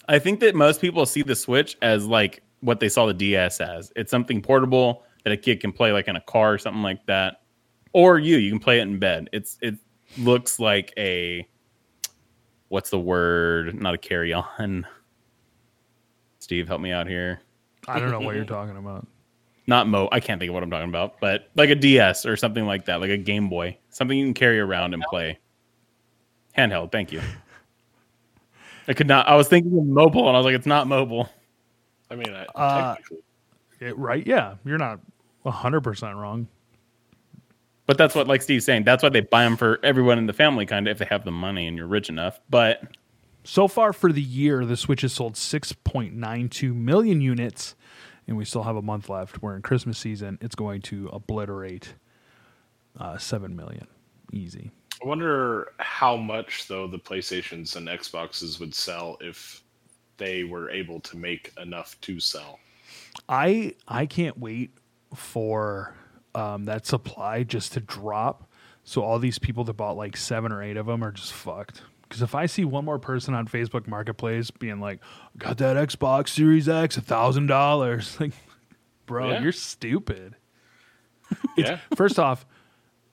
Speaker 3: I think that most people see the Switch as like what they saw the DS as. It's something portable that a kid can play like in a car or something like that. Or you, you can play it in bed. It's it looks like a what's the word? Not a carry on. Steve, help me out here.
Speaker 1: I don't know what you're talking about.
Speaker 3: Not Mo. I can't think of what I'm talking about, but like a DS or something like that, like a Game Boy, something you can carry around and play. Handheld. Thank you. I could not. I was thinking of mobile, and I was like, it's not mobile.
Speaker 2: I mean, I,
Speaker 1: Uh,
Speaker 2: technically,
Speaker 1: It, right? Yeah, you're not 100% wrong.
Speaker 3: But that's what, like Steve's saying, that's why they buy them for everyone in the family, kind of, if they have the money and you're rich enough. But
Speaker 1: So far for the year, the Switch has sold 6.92 million units, and we still have a month left. We're in Christmas season. It's going to obliterate uh, 7 million. Easy.
Speaker 2: I wonder how much though the PlayStations and Xboxes would sell if they were able to make enough to sell.
Speaker 1: I I can't wait for um, that supply just to drop. So all these people that bought like seven or eight of them are just fucked. Because if I see one more person on Facebook Marketplace being like, "Got that Xbox Series X, a thousand dollars," like, bro,
Speaker 2: Yeah.
Speaker 1: you're stupid.
Speaker 2: Yeah,
Speaker 1: First off,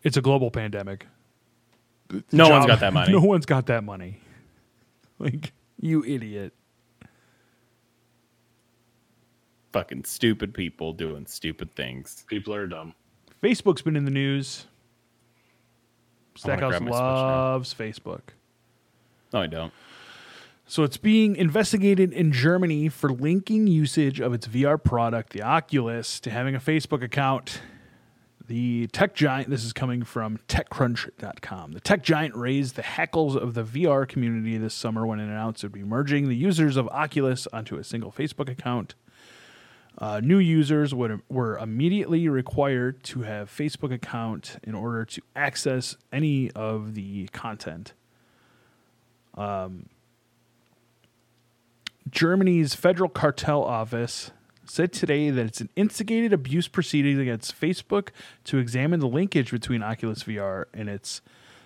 Speaker 1: it's a global pandemic.
Speaker 3: no one's
Speaker 1: Job-
Speaker 3: got that money.
Speaker 1: No one's got that money. Like you idiot.
Speaker 3: Fucking stupid people doing stupid things.
Speaker 2: people are dumb.
Speaker 1: Facebook's been in the news.
Speaker 3: I wanna grab
Speaker 1: Stackhouse
Speaker 3: my Switch now.
Speaker 1: loves Facebook.
Speaker 3: No, I don't.
Speaker 1: So it's being investigated in Germany for linking usage of its VR product, the Oculus, to having a Facebook account. The tech giant, this is coming from TechCrunch.com. The tech giant raised the hackles of the VR community this summer when it announced it would be merging the users of Oculus onto a single Facebook account. Uh, new users would, were immediately required to have Facebook account in order to access any of the content. Germany's federal cartel office said today that it's an instigated abuse proceeding against Facebook to examine the linkage between Oculus VR and its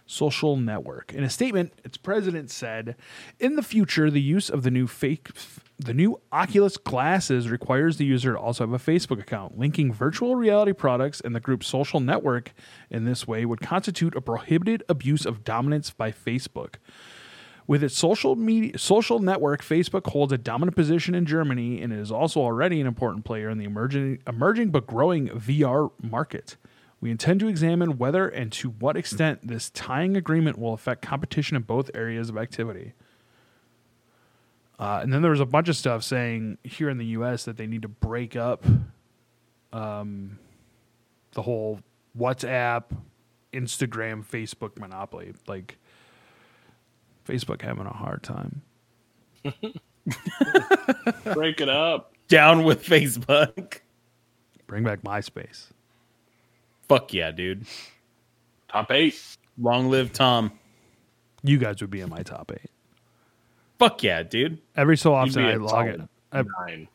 Speaker 1: social network. In a statement, its president said, "In the future, the use of the new fake the new Oculus glasses requires the user to also have a Facebook account. Linking virtual reality products and the group's social network in this way would constitute a prohibited abuse of dominance by Facebook." With its social media social network, Facebook holds a dominant position in Germany and is also already an important player in the emerging emerging but growing VR market. We intend to examine whether and to what extent this tying agreement will affect competition in both areas of activity. Uh, and then there was a bunch of stuff saying here in the U.S. that they need to break up um, the whole WhatsApp, Instagram, Facebook monopoly. Like Facebook having a hard time.
Speaker 2: Break it up.
Speaker 3: Down with Facebook.
Speaker 1: Bring back MySpace.
Speaker 3: Fuck yeah, dude.
Speaker 2: Top eight.
Speaker 3: Long live Tom.
Speaker 1: You guys would be in my top eight.
Speaker 3: Fuck yeah, dude.
Speaker 1: Every so
Speaker 2: You'd
Speaker 1: often
Speaker 2: be
Speaker 1: I
Speaker 2: a
Speaker 1: log
Speaker 2: solid
Speaker 1: in. I,
Speaker 2: nine.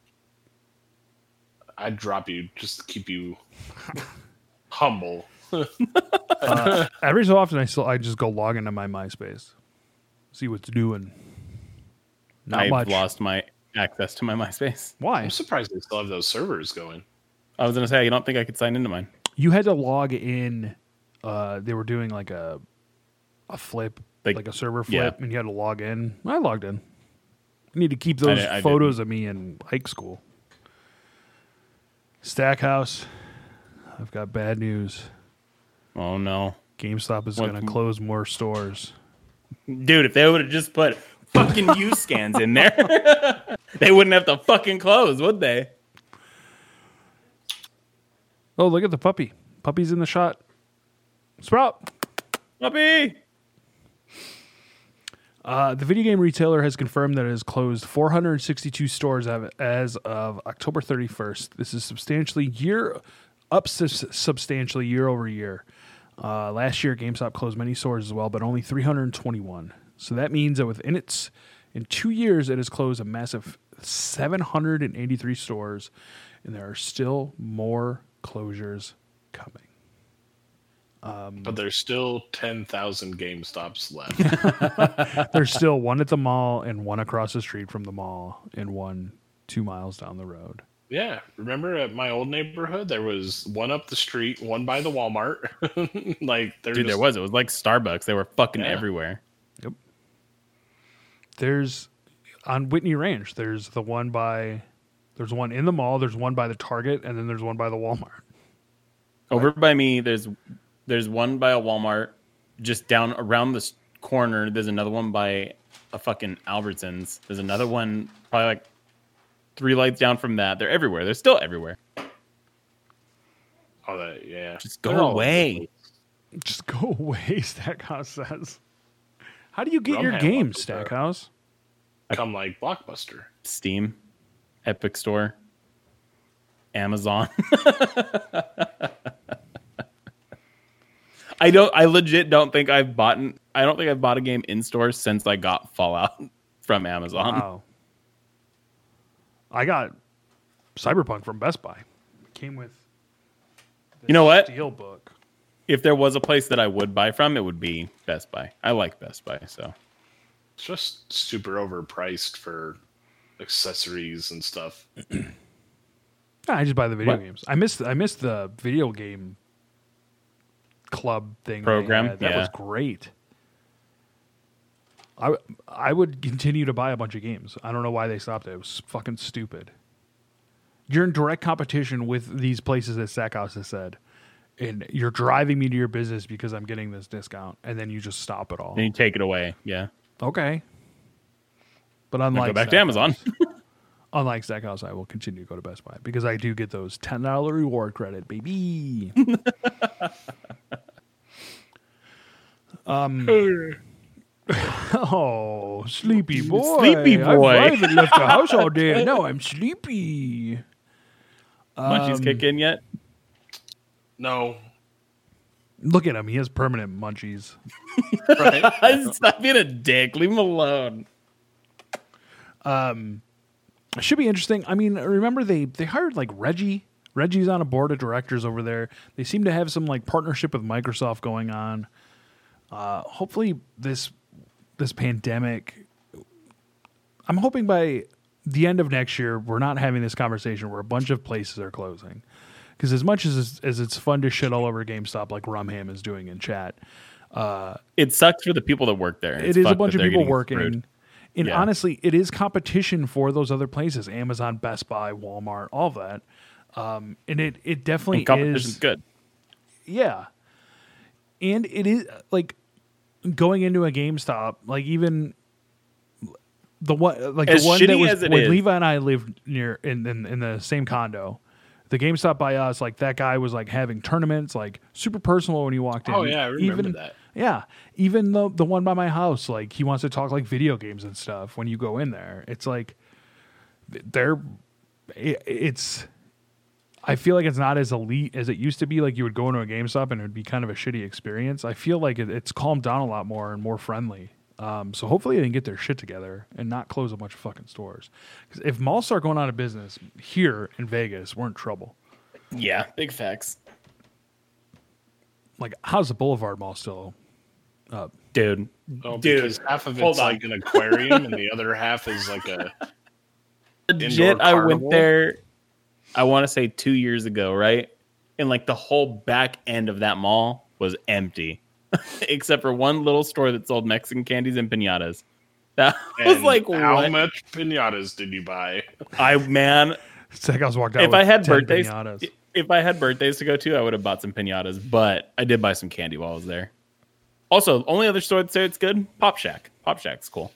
Speaker 2: I'd drop you just to keep you humble.
Speaker 1: every so often I still I just go log into my MySpace. See what's doing. Not
Speaker 3: I've
Speaker 1: much.
Speaker 3: lost my access to my MySpace.
Speaker 1: Why?
Speaker 2: I'm surprised they still have those servers going.
Speaker 3: I was gonna say I don't think I could sign into mine.
Speaker 1: You had to log in uh they were doing like a a flip, like,
Speaker 3: Like-
Speaker 1: a server
Speaker 3: yeah.
Speaker 1: flip, and you had to log in. I logged in. I need to keep those
Speaker 3: di- I
Speaker 1: photos of me in hike school. Stackhouse, I've got bad news.
Speaker 3: Oh no.
Speaker 1: GameStop is
Speaker 3: What-
Speaker 1: going to close more stores.
Speaker 3: Dude, if they would have just put fucking use scans in there, they wouldn't have to fucking close, would they?
Speaker 1: Oh, look at the puppy. Puppy's in the shot. Sprout.
Speaker 3: Puppy.
Speaker 1: Uh, the video game retailer has confirmed that it has closed 462 stores av- as of October 31st. This is substantially year up sus- substantially year over year. Uh, last year, GameStop closed many stores as well, but only 321. So that means that within its in two years, it has closed a massive 783 stores, and there are still more closures coming.
Speaker 2: But there's still 10,000 GameStops left.
Speaker 1: There's still one at the mall, and one across the street from the mall, and one two miles down the road.
Speaker 2: yeah. Remember at my old neighborhood, there was one up the street, one by the Walmart. like, there
Speaker 3: Dude, there was. It was like Starbucks. They were fucking
Speaker 2: Yeah.
Speaker 3: everywhere.
Speaker 1: Yep. There's on Whitney Ranch. There's the one by. There's one in the mall. There's one by the Target, and then there's one by the Walmart.
Speaker 3: Over by me, there's there's one by a Walmart. Just down around this corner, there's another one by a fucking Albertsons. There's another one probably like three lights down from that. They're everywhere. They're still everywhere.
Speaker 2: All that, yeah.
Speaker 3: Just go
Speaker 2: They're all-
Speaker 3: away.
Speaker 1: Just go away, Stackhouse says. How do you get your
Speaker 2: Rumham
Speaker 1: games,
Speaker 2: wants to grow.
Speaker 1: Stackhouse?
Speaker 2: Come like Blockbuster.
Speaker 3: Steam, Epic Store, Amazon. I don't. I legit don't think I've bought. an- I don't think I've bought a game in store since I got Fallout from Amazon.
Speaker 1: Wow. I got Cyberpunk from Best Buy. It came with the
Speaker 3: You know what?
Speaker 1: Steel book.
Speaker 3: If there was a place that I would buy from, it would be Best Buy. I like Best Buy, so
Speaker 2: It's just super overpriced for accessories and stuff.
Speaker 1: No, I just buy the video
Speaker 3: What?
Speaker 1: games. I missed I missed the video game club thing they
Speaker 3: Program,
Speaker 1: had. That was
Speaker 3: yeah.
Speaker 1: great. I w- I would continue to buy a bunch of games. I don't know why they stopped it. It was fucking stupid. You're in direct competition with these places that Sackhouse has said, and you're driving me to your business because I'm getting this discount, and then you just stop it all.
Speaker 3: then you take it away. Yeah,
Speaker 1: Okay. But
Speaker 3: Then
Speaker 1: unlike
Speaker 3: go back to
Speaker 1: Stackhouse-
Speaker 3: Amazon.
Speaker 1: Unlike Stackhouse, I will continue to go to Best Buy because I do get those ten dollar reward credit, baby. Hmm. um. oh, sleepy boy,
Speaker 3: Sleepy boy.
Speaker 1: I've driven, left the house all day, and now I'm sleepy.
Speaker 3: Munchies
Speaker 1: Um,
Speaker 3: kick in yet?
Speaker 2: No.
Speaker 1: Look at him; he has permanent munchies.
Speaker 2: Right?
Speaker 3: Stop being a dick. Leave him alone.
Speaker 1: should be interesting. I mean, remember they they hired like Reggie. Reggie's on a board of directors over there. They seem to have some like partnership with Microsoft going on. Uh, hopefully, this this pandemic. I'm hoping by the end of next year, we're not having this conversation where a bunch of places are closing. Because as much as as it's fun to shit all over GameStop like Rumham is doing in chat,
Speaker 3: It sucks for the people that work there. It's
Speaker 1: it is a
Speaker 3: fucked
Speaker 1: bunch
Speaker 3: that
Speaker 1: of
Speaker 3: they're
Speaker 1: people
Speaker 3: getting
Speaker 1: working
Speaker 3: screwed.
Speaker 1: and
Speaker 3: Yeah.
Speaker 1: honestly it is competition for those other places amazon best buy walmart all of that um, and it, it definitely
Speaker 3: And competition's
Speaker 1: is
Speaker 3: good.
Speaker 1: yeah and it is like going into a gamestop like even the one like
Speaker 3: As
Speaker 1: the one that
Speaker 3: shitty
Speaker 1: was
Speaker 3: as it
Speaker 1: when
Speaker 3: is.
Speaker 1: levi and i lived near in, in in the same condo the GameStop by us, like that guy was like having tournaments, like super personal when he walked in.
Speaker 2: Oh, yeah, I remember
Speaker 1: Even-
Speaker 2: that.
Speaker 1: yeah, even the the one by my house, like he wants to talk like video games and stuff. When you go in there, it's like th- they're i it's. I feel like it's not as elite as it used to be. Like you would go into a GameStop and it would be kind of a shitty experience. I feel like it, it's calmed down a lot more and more friendly. Um, so hopefully they can get their shit together and not close a bunch of fucking stores. 'Cause if malls start going out of business here in Vegas, we're in trouble.
Speaker 3: Yeah, big facts.
Speaker 1: Like, how's the Boulevard Mall still?
Speaker 3: Dude,
Speaker 2: Oh,
Speaker 3: Dude,
Speaker 2: because half of
Speaker 3: hold
Speaker 2: it's
Speaker 3: on.
Speaker 2: like an aquarium and the other half is like a.
Speaker 3: legit, I
Speaker 2: carnival?
Speaker 3: went there. I want to say two years ago, right? And like the whole back end of that mall was empty, except for one little store that sold Mexican candies and pinatas. That was
Speaker 2: And
Speaker 3: like
Speaker 2: how
Speaker 3: what?
Speaker 2: much pinatas did you buy?
Speaker 3: I man,
Speaker 1: Sega's walked out.
Speaker 3: if
Speaker 1: with
Speaker 3: I had
Speaker 1: 10
Speaker 3: birthdays,
Speaker 1: pinatas.
Speaker 3: if I had birthdays to go to, I would have bought some pinatas. But I did buy some candy while I was there. Also, only other store that said it's good, Pop Shack. Pop Shack's cool.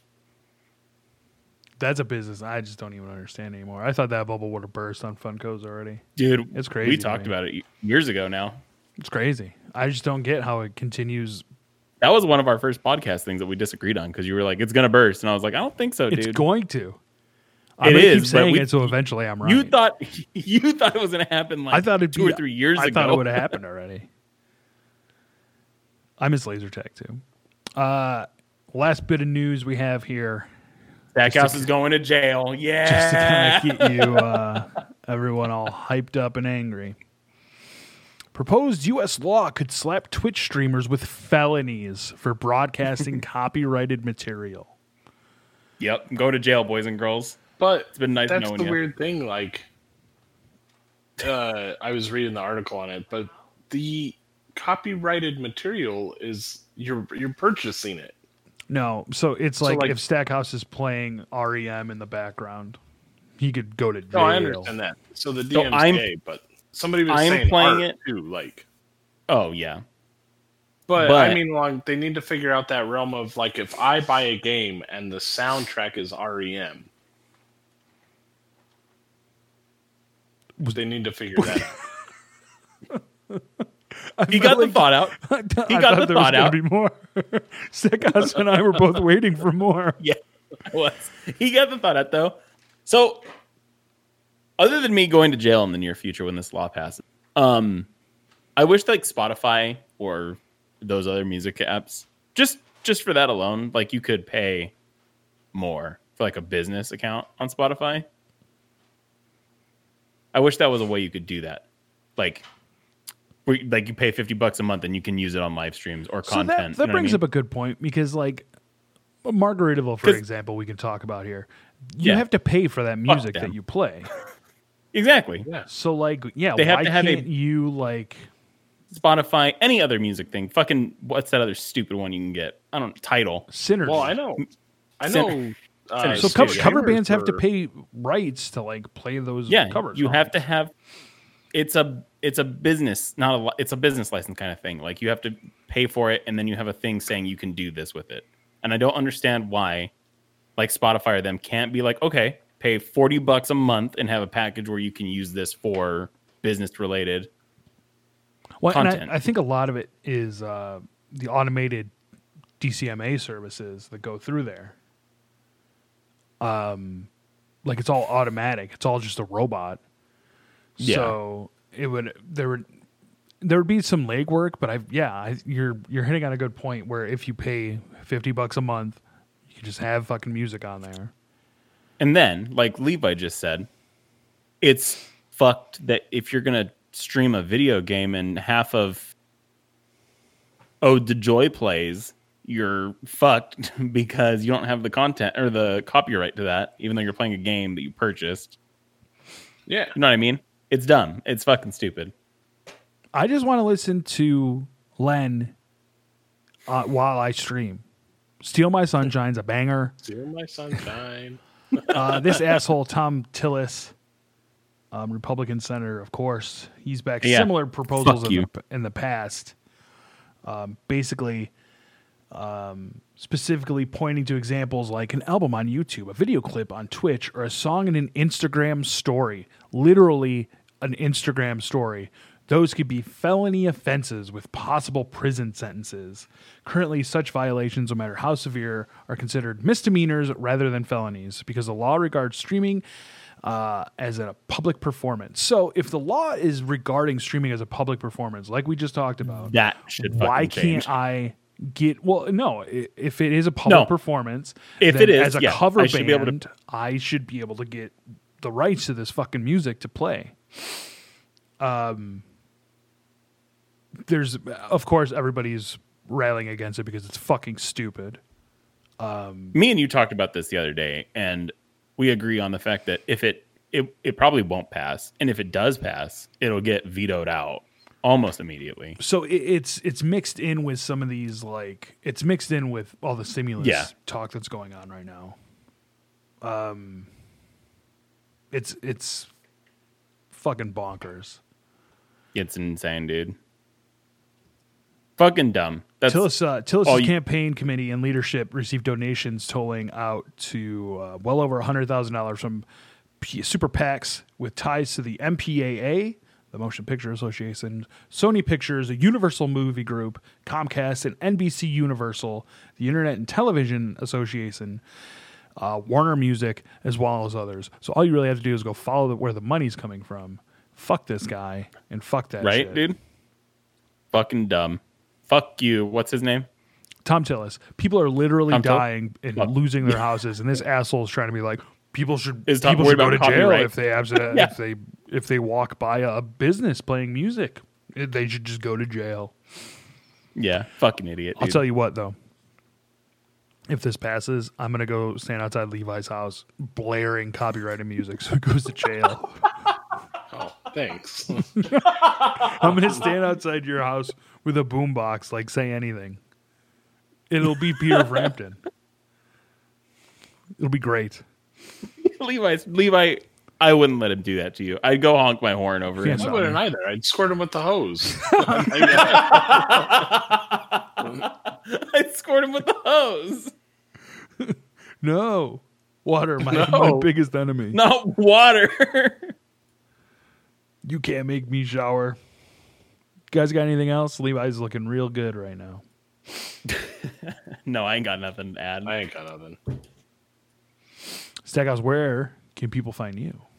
Speaker 1: That's a business I just don't even understand anymore. I thought that bubble would have burst on Funko's already.
Speaker 3: Dude,
Speaker 1: It's crazy
Speaker 3: We
Speaker 1: to
Speaker 3: talked
Speaker 1: me.
Speaker 3: about it years ago now.
Speaker 1: It's crazy. I just don't get how it continues.
Speaker 3: That was one of our first podcast things that we disagreed on because you were like, "It's gonna burst," and I was like, "I don't think so,
Speaker 1: It's
Speaker 3: dude."
Speaker 1: going to. I'm
Speaker 3: It
Speaker 1: gonna
Speaker 3: is,
Speaker 1: keep
Speaker 3: but
Speaker 1: saying
Speaker 3: we-
Speaker 1: it, so eventually I'm right.
Speaker 3: you thought you thought it was gonna happen like
Speaker 1: I thought it'd
Speaker 3: two
Speaker 1: be,
Speaker 3: or three years
Speaker 1: I
Speaker 3: ago.
Speaker 1: thought it would have happened already. I miss laser tag too. Uh, last bit of news we have here.
Speaker 3: Stackhouse is going to jail. Yeah.
Speaker 1: just to kind of get you uh, everyone all hyped up and angry. Proposed U.S. law could slap Twitch streamers with felonies for broadcasting copyrighted material.
Speaker 3: yep. Go to jail, boys and girls.
Speaker 2: But
Speaker 3: It's been nice
Speaker 2: that's
Speaker 3: knowing
Speaker 2: the
Speaker 3: you.
Speaker 2: weird thing. Like, uh, I was reading the article on it, but the copyrighted material is you're you're purchasing it.
Speaker 1: No, so it's like,
Speaker 2: like-
Speaker 1: if Stackhouse is playing REM in the background, he could go to jail.
Speaker 2: No, I understand that. So the
Speaker 3: So
Speaker 2: DMCA,
Speaker 3: I'm-
Speaker 2: but somebody was
Speaker 3: I'm
Speaker 2: saying
Speaker 3: playing
Speaker 2: art
Speaker 3: it-
Speaker 2: too. Like,
Speaker 3: Oh yeah.
Speaker 2: but,
Speaker 3: But-
Speaker 2: I mean, like they need to figure out that realm of like if I buy a game and the soundtrack is E REM. They need to figure that. out.
Speaker 3: He got the thought out.
Speaker 1: I thought-
Speaker 3: He
Speaker 1: I
Speaker 3: got
Speaker 1: thought
Speaker 3: the
Speaker 1: there was
Speaker 3: thought
Speaker 1: gonna
Speaker 3: out.
Speaker 1: Be more. Stackhouse and I were both waiting for more.
Speaker 3: Yeah, I was. He got the thought out though. So, other than me going to jail in the near future when this law passes, um, I wish like Spotify or those other music apps just just for that alone, like you could pay more for like a business account on Spotify. I wish that was a way you could do that, like. where- Like you pay fifty bucks a month and you can use it on live streams or
Speaker 1: So that,
Speaker 3: content.
Speaker 1: that brings up a good point because, like, Margaritaville, for
Speaker 3: 'Cause-
Speaker 1: example, we can talk about here. You
Speaker 3: Yeah.
Speaker 1: have to pay for that music that
Speaker 3: them.
Speaker 1: you play.
Speaker 3: exactly.
Speaker 1: So, like, yeah,
Speaker 3: They have
Speaker 1: why
Speaker 3: to have a-
Speaker 1: can't you like?
Speaker 3: Spotify, any other music thing. Fucking what's that other stupid one you can get? I don't title.
Speaker 1: Synergy.
Speaker 2: Well, I know, I know.
Speaker 3: Center-
Speaker 2: Uh,
Speaker 1: so co-
Speaker 3: Dude,
Speaker 1: cover
Speaker 2: streamers
Speaker 1: bands have to
Speaker 2: were-
Speaker 1: pay rights to like play those
Speaker 3: Yeah,
Speaker 1: covers.
Speaker 3: you have to have. It's a it's a business, not a li- it's a business license kind of thing. Like you have to pay for it, and then you have a thing saying you can do this with it. And I don't understand why, like Spotify or them can't be like, okay, pay forty bucks a month and have a package where you can use this for business related.
Speaker 1: well, and
Speaker 3: content.
Speaker 1: I, I think a lot of it is uh, the automated DCMA services that go through there. Um, like it's all automatic. It's all just a robot.
Speaker 3: Yeah.
Speaker 1: So it would there would there would be some legwork, but I yeah I, you're you're hitting on a good point where if you pay fifty bucks a month, you can just have fucking music on there.
Speaker 3: And then, like Levi just said, it's fucked that if you're gonna stream a video game and half of Ode to Joy plays, you're fucked because you don't have the content or the copyright to that, even though you're playing a game that you purchased.
Speaker 2: Yeah,
Speaker 3: You know what I mean? It's dumb. It's fucking stupid.
Speaker 1: I just want to listen to Len uh, while I stream. Steal My Sunshine's a banger.
Speaker 2: Dear my sunshine.
Speaker 1: Uh, this asshole, Tom Tillis, um, Republican senator, of course, he's backed
Speaker 3: Yeah.
Speaker 1: similar proposals
Speaker 3: Fuck
Speaker 1: in
Speaker 3: you.
Speaker 1: the, in the past. Um, basically, um, specifically pointing to examples like an album on YouTube, a video clip on Twitch, or a song in an Instagram story. Literally, an Instagram story. Those could be felony offenses with possible prison sentences. Currently, such violations, no matter how severe, are considered misdemeanors rather than felonies because the law regards streaming uh, as a public performance. So, if the law is regarding streaming as a public performance, like we just talked about,
Speaker 3: That should fucking
Speaker 1: why
Speaker 3: change.
Speaker 1: can't I get? Well, no. i- If it is a public
Speaker 3: No.
Speaker 1: performance,
Speaker 3: If
Speaker 1: then
Speaker 3: it is,
Speaker 1: as a
Speaker 3: yeah,
Speaker 1: cover
Speaker 3: I
Speaker 1: band,
Speaker 3: should be able to-
Speaker 1: I should be able to get the rights to this fucking music to play. Um, there's of course everybody's railing against it because it's fucking stupid.
Speaker 3: me and you talked about this the other day and we agree on the fact that if it it, it probably won't pass and if it does pass it'll get vetoed out almost immediately
Speaker 1: so it, it's it's mixed in with some of these like it's mixed in with all the stimulus
Speaker 3: Yeah.
Speaker 1: talk that's going on right now. Um, it's it's fucking bonkers.
Speaker 3: it's insane dude fucking dumb that's
Speaker 1: Tillis, uh, Tillis'
Speaker 3: all you-
Speaker 1: campaign committee and leadership received donations totaling out to uh, well over $100,000 from P- super PACs with ties to the MPAA, the Motion Picture Association, Sony Pictures, the Universal Movie Group, Comcast, and NBC Universal, the Internet and Television Association, uh, Warner Music, as well as others. So all you really have to do is go follow the, where the money's coming from. Fuck this guy and fuck that
Speaker 3: right
Speaker 1: shit.
Speaker 3: dude fucking dumb fuck you what's his name
Speaker 1: Tom Tillis. People are literally
Speaker 3: Tom Till-
Speaker 1: dying and
Speaker 3: Well,
Speaker 1: losing their houses, and this asshole's trying to be like, people should
Speaker 3: Is Tom
Speaker 1: people
Speaker 3: worried
Speaker 1: should go to
Speaker 3: about
Speaker 1: jail
Speaker 3: copyright?
Speaker 1: if they abs-
Speaker 3: Yeah.
Speaker 1: if they if they walk by a business playing music, Eh, they should just go to jail.
Speaker 3: Yeah, fucking idiot.
Speaker 1: I'll
Speaker 3: dude.
Speaker 1: tell you what though. If this passes, I'm gonna go stand outside Levi's house blaring copyrighted music so it goes to jail.
Speaker 2: Oh, thanks.
Speaker 1: I'm gonna stand outside your house with a boombox, like say anything. It'll be Peter Frampton. It'll be great.
Speaker 3: Levi, Levi, I wouldn't let him do that to you. I'd go honk my horn over
Speaker 1: Yeah,
Speaker 3: him.
Speaker 2: I
Speaker 1: Sorry.
Speaker 2: wouldn't either. I'd squirt him with the hose.
Speaker 3: I'd squirt him with the hose.
Speaker 1: No. Water, my, my
Speaker 3: No.
Speaker 1: biggest enemy.
Speaker 3: Not water.
Speaker 1: You can't make me shower. guys got anything else? Levi's looking real good right now.
Speaker 3: no, I ain't got nothing to add.
Speaker 2: I ain't got nothing.
Speaker 1: Stackhouse, where can people find you?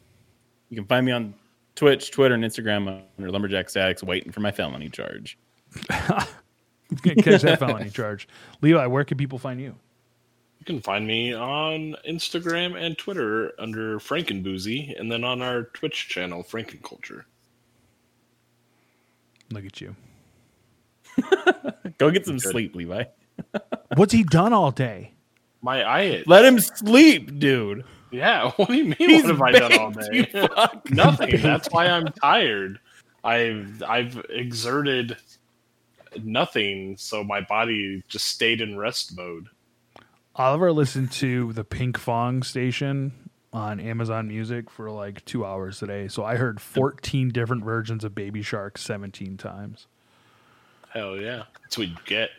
Speaker 3: You can find me on Twitch, Twitter, and Instagram under Lumberjack Statics waiting for my felony charge.
Speaker 1: Catch that felony charge. Levi, where can people find you?
Speaker 2: You can find me on Instagram and Twitter under Frankenboozy, and then on our Twitch channel, Frankenculture.
Speaker 1: Look at you.
Speaker 3: Go get some
Speaker 2: Good.
Speaker 3: sleep, Levi.
Speaker 1: What's he done all day?
Speaker 2: My eye.
Speaker 3: Let him sleep, dude.
Speaker 2: Yeah, what do you mean?
Speaker 3: He's
Speaker 2: what have I done all
Speaker 3: baked,
Speaker 2: day?
Speaker 3: you fuck.
Speaker 2: Nothing. That's why I'm tired. I've I've exerted nothing, so my body just stayed in rest mode.
Speaker 1: Oliver listened to the Pink Fong station on Amazon Music for like two hours today. So I heard 14 different versions of Baby Shark 17 times.
Speaker 2: Hell yeah, that's what you get.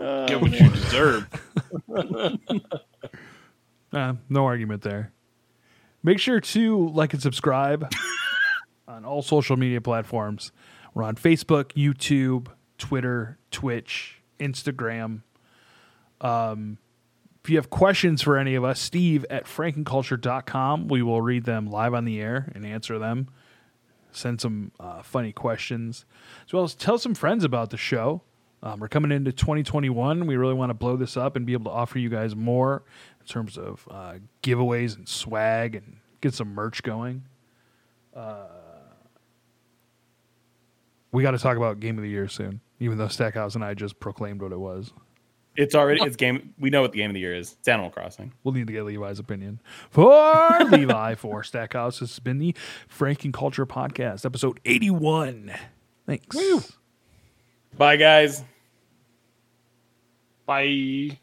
Speaker 3: Oh,
Speaker 2: Get what you deserve.
Speaker 1: Uh, no argument there. Make sure to like and subscribe on all social media platforms. We're on Facebook, YouTube, Twitter, Twitch, Instagram. Um, if you have questions for any of us, Steve at frankenculture.com. We will read them live on the air and answer them. Send some uh, funny questions, as well as tell some friends about the show. Um, we're coming into 2021. We really want to blow this up and be able to offer you guys more in terms of uh, giveaways and swag and get some merch going. Uh, We got to talk about game of the year soon, even though Stackhouse and I just proclaimed what it was.
Speaker 3: It's already it's game. We know what the game of the year is. It's Animal Crossing.
Speaker 1: We'll need to get Levi's opinion. For Levi, for Stackhouse, this has been the Frank and Culture Podcast, episode 81. Thanks.
Speaker 3: Bye, guys.
Speaker 2: Bye.